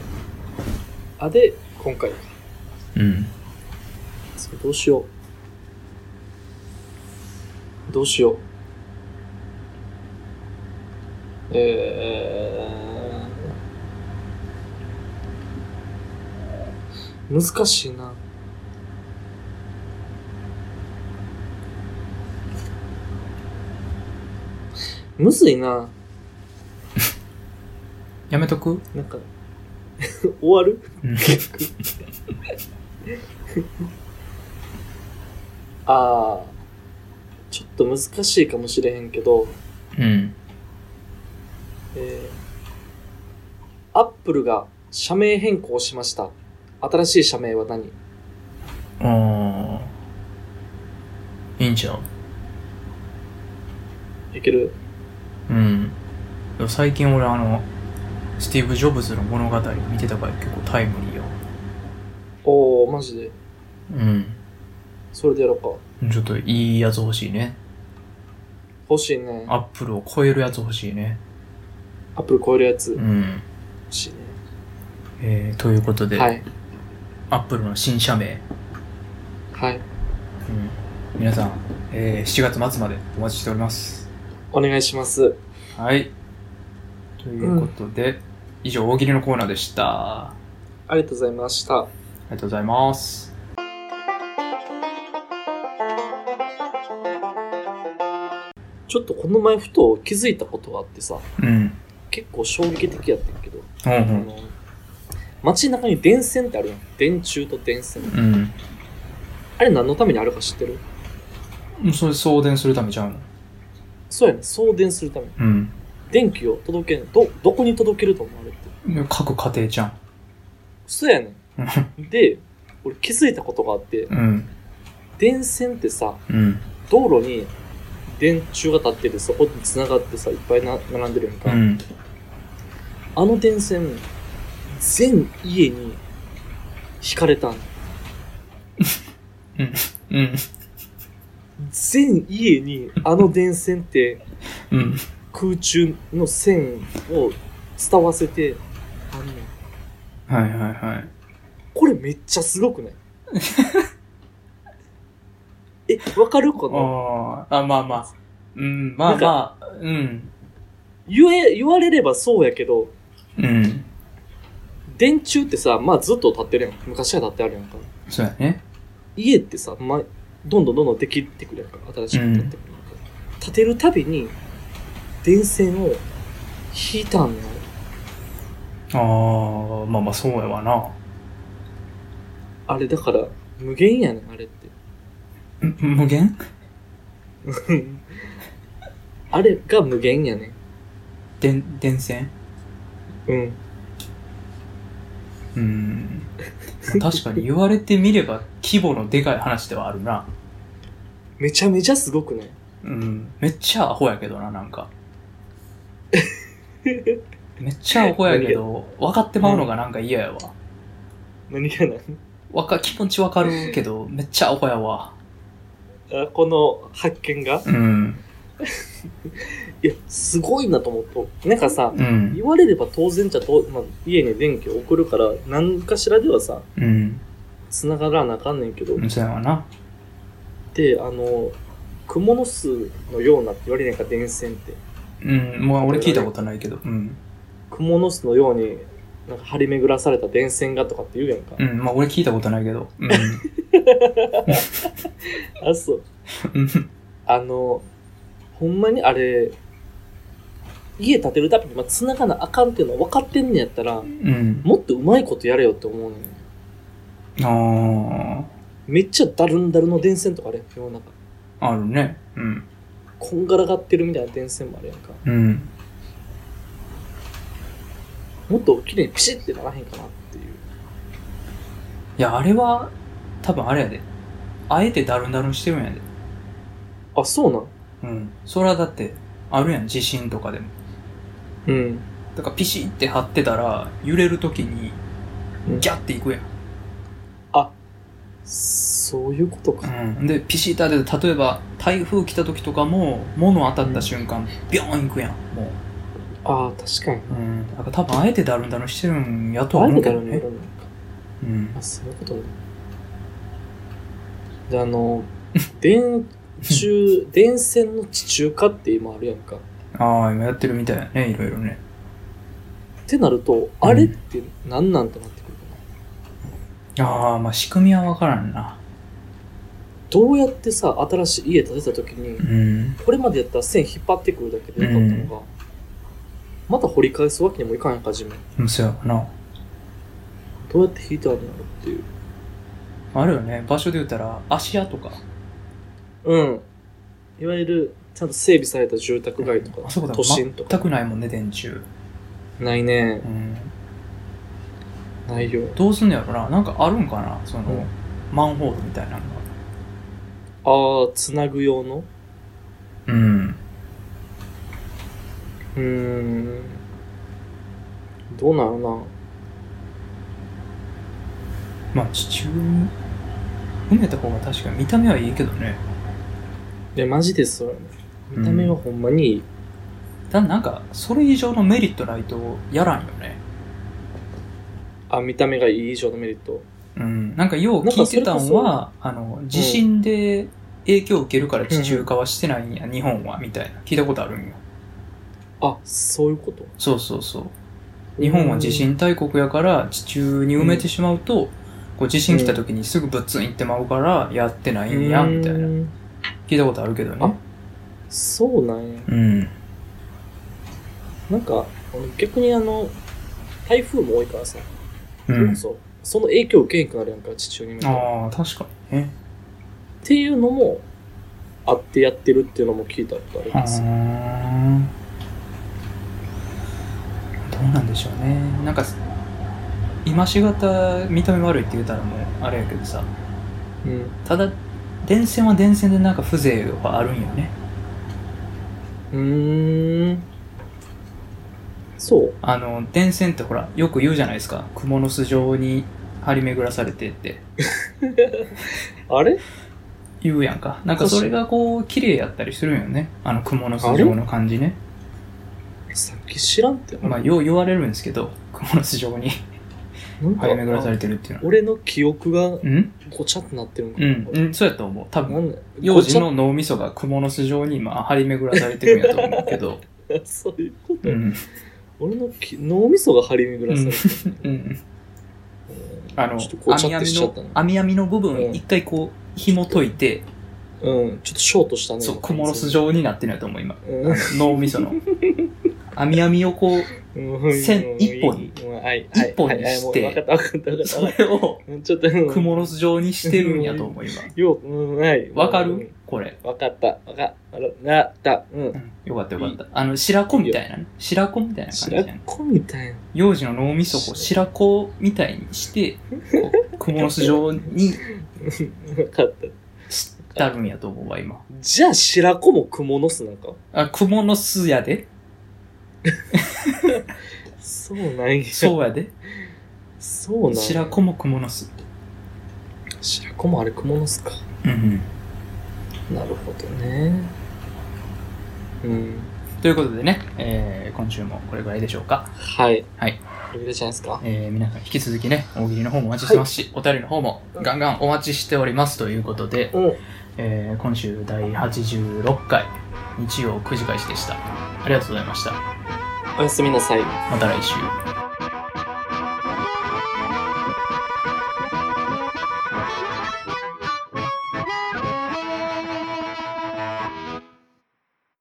Speaker 2: あ、で、今回。
Speaker 1: うん。
Speaker 2: それどうしよう。どうしよう。えー、難しいな。むずいな。
Speaker 1: やめとく
Speaker 2: なんか、 終わる
Speaker 1: うん。
Speaker 2: ああ、ちょっと難しいかもしれへんけど、
Speaker 1: うん。
Speaker 2: えー、アップルが社名変更しました。新しい社名は何
Speaker 1: ああ。いいんちゃう
Speaker 2: いける
Speaker 1: うん。でも最近俺あの、スティーブ・ジョブズの物語見てたから結構タイムリーよ。
Speaker 2: おー、マジで。
Speaker 1: う
Speaker 2: それでやろうか。
Speaker 1: ん。ちょっといいやつ欲しいね。
Speaker 2: 欲しいね。
Speaker 1: アップルを超えるやつ欲しいね。
Speaker 2: アップル超えるやつ。
Speaker 1: う
Speaker 2: 欲
Speaker 1: ん。
Speaker 2: しいね。
Speaker 1: えー、ということで、
Speaker 2: はい。
Speaker 1: アップルの新社名、
Speaker 2: はい。
Speaker 1: うん、皆さん、えー、7月末までお待ちしております。
Speaker 2: お願いします。
Speaker 1: はい。ということで、以上大喜利のコーナーでした。あ
Speaker 2: ありがとうございました。
Speaker 1: りがとうございます。
Speaker 2: ちょっとこの前ふと気づいたことがあってさ、
Speaker 1: うん。
Speaker 2: 結構衝撃的やったんやけど、
Speaker 1: うんう
Speaker 2: あ
Speaker 1: ん。
Speaker 2: の、街中に電線ってあるやん。電柱と電線。
Speaker 1: うん
Speaker 2: あれ何のためにあるか知ってる
Speaker 1: うん。それ送電するためちゃうの
Speaker 2: そうやね。送電するために。
Speaker 1: うん。
Speaker 2: 電気を届けん。ど、どこに届けると思われて。
Speaker 1: 各家庭ちゃん。
Speaker 2: そうやね
Speaker 1: うん
Speaker 2: ん。で、俺気づいたことがあって、
Speaker 1: うん。
Speaker 2: 電線ってさ、
Speaker 1: うん。
Speaker 2: 道路に電柱が立ってて、そこに繋がってさ、いっぱいな並んでるやんか。
Speaker 1: うん。
Speaker 2: あの電線、全家に惹かれたん
Speaker 1: うん。
Speaker 2: 全家にあの電線って
Speaker 1: うん。
Speaker 2: 空中の線を伝わせてあんねん
Speaker 1: はいはいはい。
Speaker 2: これめっちゃすごくないえわかるかな
Speaker 1: ああ、まあまあ。うん、まあまあ。うん。
Speaker 2: 言え言われればそうやけど
Speaker 1: うん。
Speaker 2: 電柱ってさまあずっと立ってるやん昔は立ってあるやんか
Speaker 1: そうやね。
Speaker 2: 家ってさ、ま、どんどんどんどんできてくるやんか新しく建ってくるやんか、建てるたびに電線を引いたんだよ
Speaker 1: ああ、まあまあそうやわな。
Speaker 2: あれだから無限やねんあれって
Speaker 1: ん無限
Speaker 2: あれが無限やね
Speaker 1: 電、電線
Speaker 2: んうん
Speaker 1: うん。まあ確かに言われてみれば規模のでかい話ではあるな。
Speaker 2: めちゃめちゃすごくない
Speaker 1: うん。めっちゃアホやけどな、なん か。めっちゃアホやけど、分かってまうのがなんか嫌やわ。
Speaker 2: 何 がなん
Speaker 1: わか、気持ちわかるけど、めっちゃアホやわ。
Speaker 2: あこの発見が
Speaker 1: うん。
Speaker 2: いやすごいなと思ったなんかさ
Speaker 1: うん。
Speaker 2: 言われれば当然じゃと、まあ、家に電気を送るから何かしらではさ
Speaker 1: うん。
Speaker 2: 繋がらなあかんねんけど、
Speaker 1: そうやわな。
Speaker 2: であの蜘蛛の巣のようなって言われねえか電線って
Speaker 1: うん。もう俺聞いたことないけど。うん。
Speaker 2: 蜘蛛の巣のようになんか張り巡らされた電線がとかって言うやんか、
Speaker 1: うん。まあ俺聞いたことないけど。うん。
Speaker 2: あそう
Speaker 1: うん
Speaker 2: あのほんまにあれ家建てるためにまあ繋がなあかんっていうの分かってんねやったら
Speaker 1: うん。
Speaker 2: もっとうまいことやれよって思うのよ
Speaker 1: あ
Speaker 2: めっちゃだるんだるの電線とかあるやん世の中
Speaker 1: あ、あるね。うん。
Speaker 2: こんがらがってるみたいな電線もあるやんか
Speaker 1: うん。
Speaker 2: もっと綺麗にピシッてならへんかなっていう
Speaker 1: いや、あれは、多分あれやで。あえてダルンダルンしてるんやで。
Speaker 2: あそうなん
Speaker 1: うん。それはだって、あるやん、地震とかでも。
Speaker 2: うん
Speaker 1: だからピシって張ってたら、揺れるときに
Speaker 2: うん、
Speaker 1: ギャッていくやん。
Speaker 2: そういうことか
Speaker 1: うん、でピシッと当てて例えば台風来た時とかも物当たった瞬間、ビョーン行くやんも
Speaker 2: ああ、確かに。
Speaker 1: う、うん、だから多分あえてダルンダルンしてるんやとは
Speaker 2: あ
Speaker 1: 思
Speaker 2: る
Speaker 1: うけ
Speaker 2: だ
Speaker 1: ど
Speaker 2: ろうね
Speaker 1: ね。うん
Speaker 2: あ、そういうことね。で、あの、 電柱、電線の地中化って今あるやんか。っ
Speaker 1: ああ今やってるみたいやねいろいろね
Speaker 2: てなると、あれって何なんてなってくるかな。
Speaker 1: ああまあ仕組みは分からんな
Speaker 2: どうやってさ、新しい家建てた時に
Speaker 1: う、ん
Speaker 2: これまでやったら線引っ張ってくるだけでよかったのが、また掘り返すわけにもいかんやんか、じめ。
Speaker 1: うんそうやわな
Speaker 2: どうやって引いてあるんだろうっていう。
Speaker 1: あるよね場所で言ったら芦屋とか
Speaker 2: うん。いわゆる、ちゃんと整備された住宅街と
Speaker 1: あそこ
Speaker 2: か、
Speaker 1: だ
Speaker 2: 都心と
Speaker 1: 全
Speaker 2: か。
Speaker 1: くないもんね電柱、
Speaker 2: ないね
Speaker 1: う。ん、
Speaker 2: ないよ。
Speaker 1: どうすんのやろななんかあるんかなその、
Speaker 2: うん
Speaker 1: マンホールみたいなのが
Speaker 2: ああ、つなぐ用の
Speaker 1: うん
Speaker 2: うーん。どうなるな。
Speaker 1: まあ地中に埋めた方が確かに見た目はいいけどね
Speaker 2: いや、マジでそうやね。見た目はほんまにいい。
Speaker 1: ただなんかそれ以上のメリットないとやらんよね
Speaker 2: あ、見た目がいい以上のメリット。
Speaker 1: うんなんかよう聞いてたん
Speaker 2: なん
Speaker 1: はあの地震で影響を受けるから地中化はしてないんや、日本はみたいな聞いたことあるんよ
Speaker 2: あ、そういうこと。
Speaker 1: そうそうそう日本は地震大国やから地中に埋めてしまうと、こう地震来た時にすぐぶっつん行ってまうからやってな
Speaker 2: う
Speaker 1: い
Speaker 2: ーん
Speaker 1: んやみたいな聞いたことあるけどね
Speaker 2: そうなんや。
Speaker 1: うん
Speaker 2: なんか、俺逆にあの、台風も多いからさ、
Speaker 1: う
Speaker 2: それ
Speaker 1: ん
Speaker 2: こそ、その影響を受けへんくなるやんか、地中に向けて。っ
Speaker 1: ああ確かにね
Speaker 2: ていうのも、あってやってるっていうのも聞いたことあり
Speaker 1: あ
Speaker 2: ます。
Speaker 1: ーどうなんでしょうねなんか今しがた見た目悪いって言うたらもうあれやけどさ
Speaker 2: うん。
Speaker 1: ただ電線は電線でなんか風情はあるんよね
Speaker 2: うーん。そう。
Speaker 1: あの電線ってほらよく言うじゃないですか蜘蛛の巣状に張り巡らされてって
Speaker 2: あれ
Speaker 1: 言うやんかなんかそれがこう綺麗やったりするんよねあの蜘蛛の巣状の感じね
Speaker 2: さっき知らんって。
Speaker 1: まあよう言われるんですけど蜘蛛の巣状に
Speaker 2: なん
Speaker 1: 張
Speaker 2: か
Speaker 1: り巡らされてるっていうのは
Speaker 2: 俺の記憶が
Speaker 1: うん
Speaker 2: ごちゃってなってるんか
Speaker 1: う
Speaker 2: な。
Speaker 1: ん、うん、そうやと思う多分
Speaker 2: なんだ
Speaker 1: 幼児
Speaker 2: ご
Speaker 1: の脳みそが蜘蛛の巣状に今張り巡らされてるんやと思うけど、
Speaker 2: ちゃそう いうこと、
Speaker 1: うん
Speaker 2: 俺のき脳みそが張り巡らされてる、
Speaker 1: うん、あの
Speaker 2: ちょっとごち
Speaker 1: 網
Speaker 2: ゃって
Speaker 1: 網
Speaker 2: しちゃった
Speaker 1: の
Speaker 2: な
Speaker 1: 網網の部
Speaker 2: う
Speaker 1: 分
Speaker 2: ん
Speaker 1: 一回こう紐解いて、
Speaker 2: うん、ちょっとショートしたね。
Speaker 1: そう蜘蛛の巣状になってるんやと思う今
Speaker 2: うん。
Speaker 1: 脳み その網網をこう
Speaker 2: うん
Speaker 1: 線一本に
Speaker 2: うんはいはい
Speaker 1: 一本にして
Speaker 2: はいはいもう分かった分かった分かった
Speaker 1: そ
Speaker 2: 分かっ
Speaker 1: れを
Speaker 2: たうんちょっと、うん
Speaker 1: 蜘蛛の巣状にしてるんやと思う今
Speaker 2: よう、うん、はい。
Speaker 1: わか
Speaker 2: うん
Speaker 1: るこれ、
Speaker 2: わかった。わかわかった。うん
Speaker 1: う。ん、よかったよかったあの白子みたいなね白子みたいな感じ
Speaker 2: 白
Speaker 1: やね
Speaker 2: 子みたいな。
Speaker 1: 幼児の脳みそをこう白子みたいにしてこう蜘蛛の巣状に
Speaker 2: わかった。
Speaker 1: したるんやと思うわ今
Speaker 2: じゃあ、白子も蜘蛛の巣なんか。
Speaker 1: あ蜘蛛の巣やで
Speaker 2: そうなんや。
Speaker 1: そうやで
Speaker 2: そうなんや
Speaker 1: 白子も蜘蛛の巣
Speaker 2: 白子もあれ蜘蛛の巣か。
Speaker 1: うんうん
Speaker 2: なるほどね。うん。
Speaker 1: ということでね、えー今週もこれぐらいでしょうか、
Speaker 2: はい。
Speaker 1: はい。
Speaker 2: これでじゃないですか。
Speaker 1: えー皆さん引き続きね大喜利の方もお待ちしてますし、お便りの方もガンガンお待ちしておりますということで、
Speaker 2: うん。
Speaker 1: えー今週第86回日曜9時開始でしたありがとうございました
Speaker 2: おやすみなさい。
Speaker 1: また来週
Speaker 2: バイ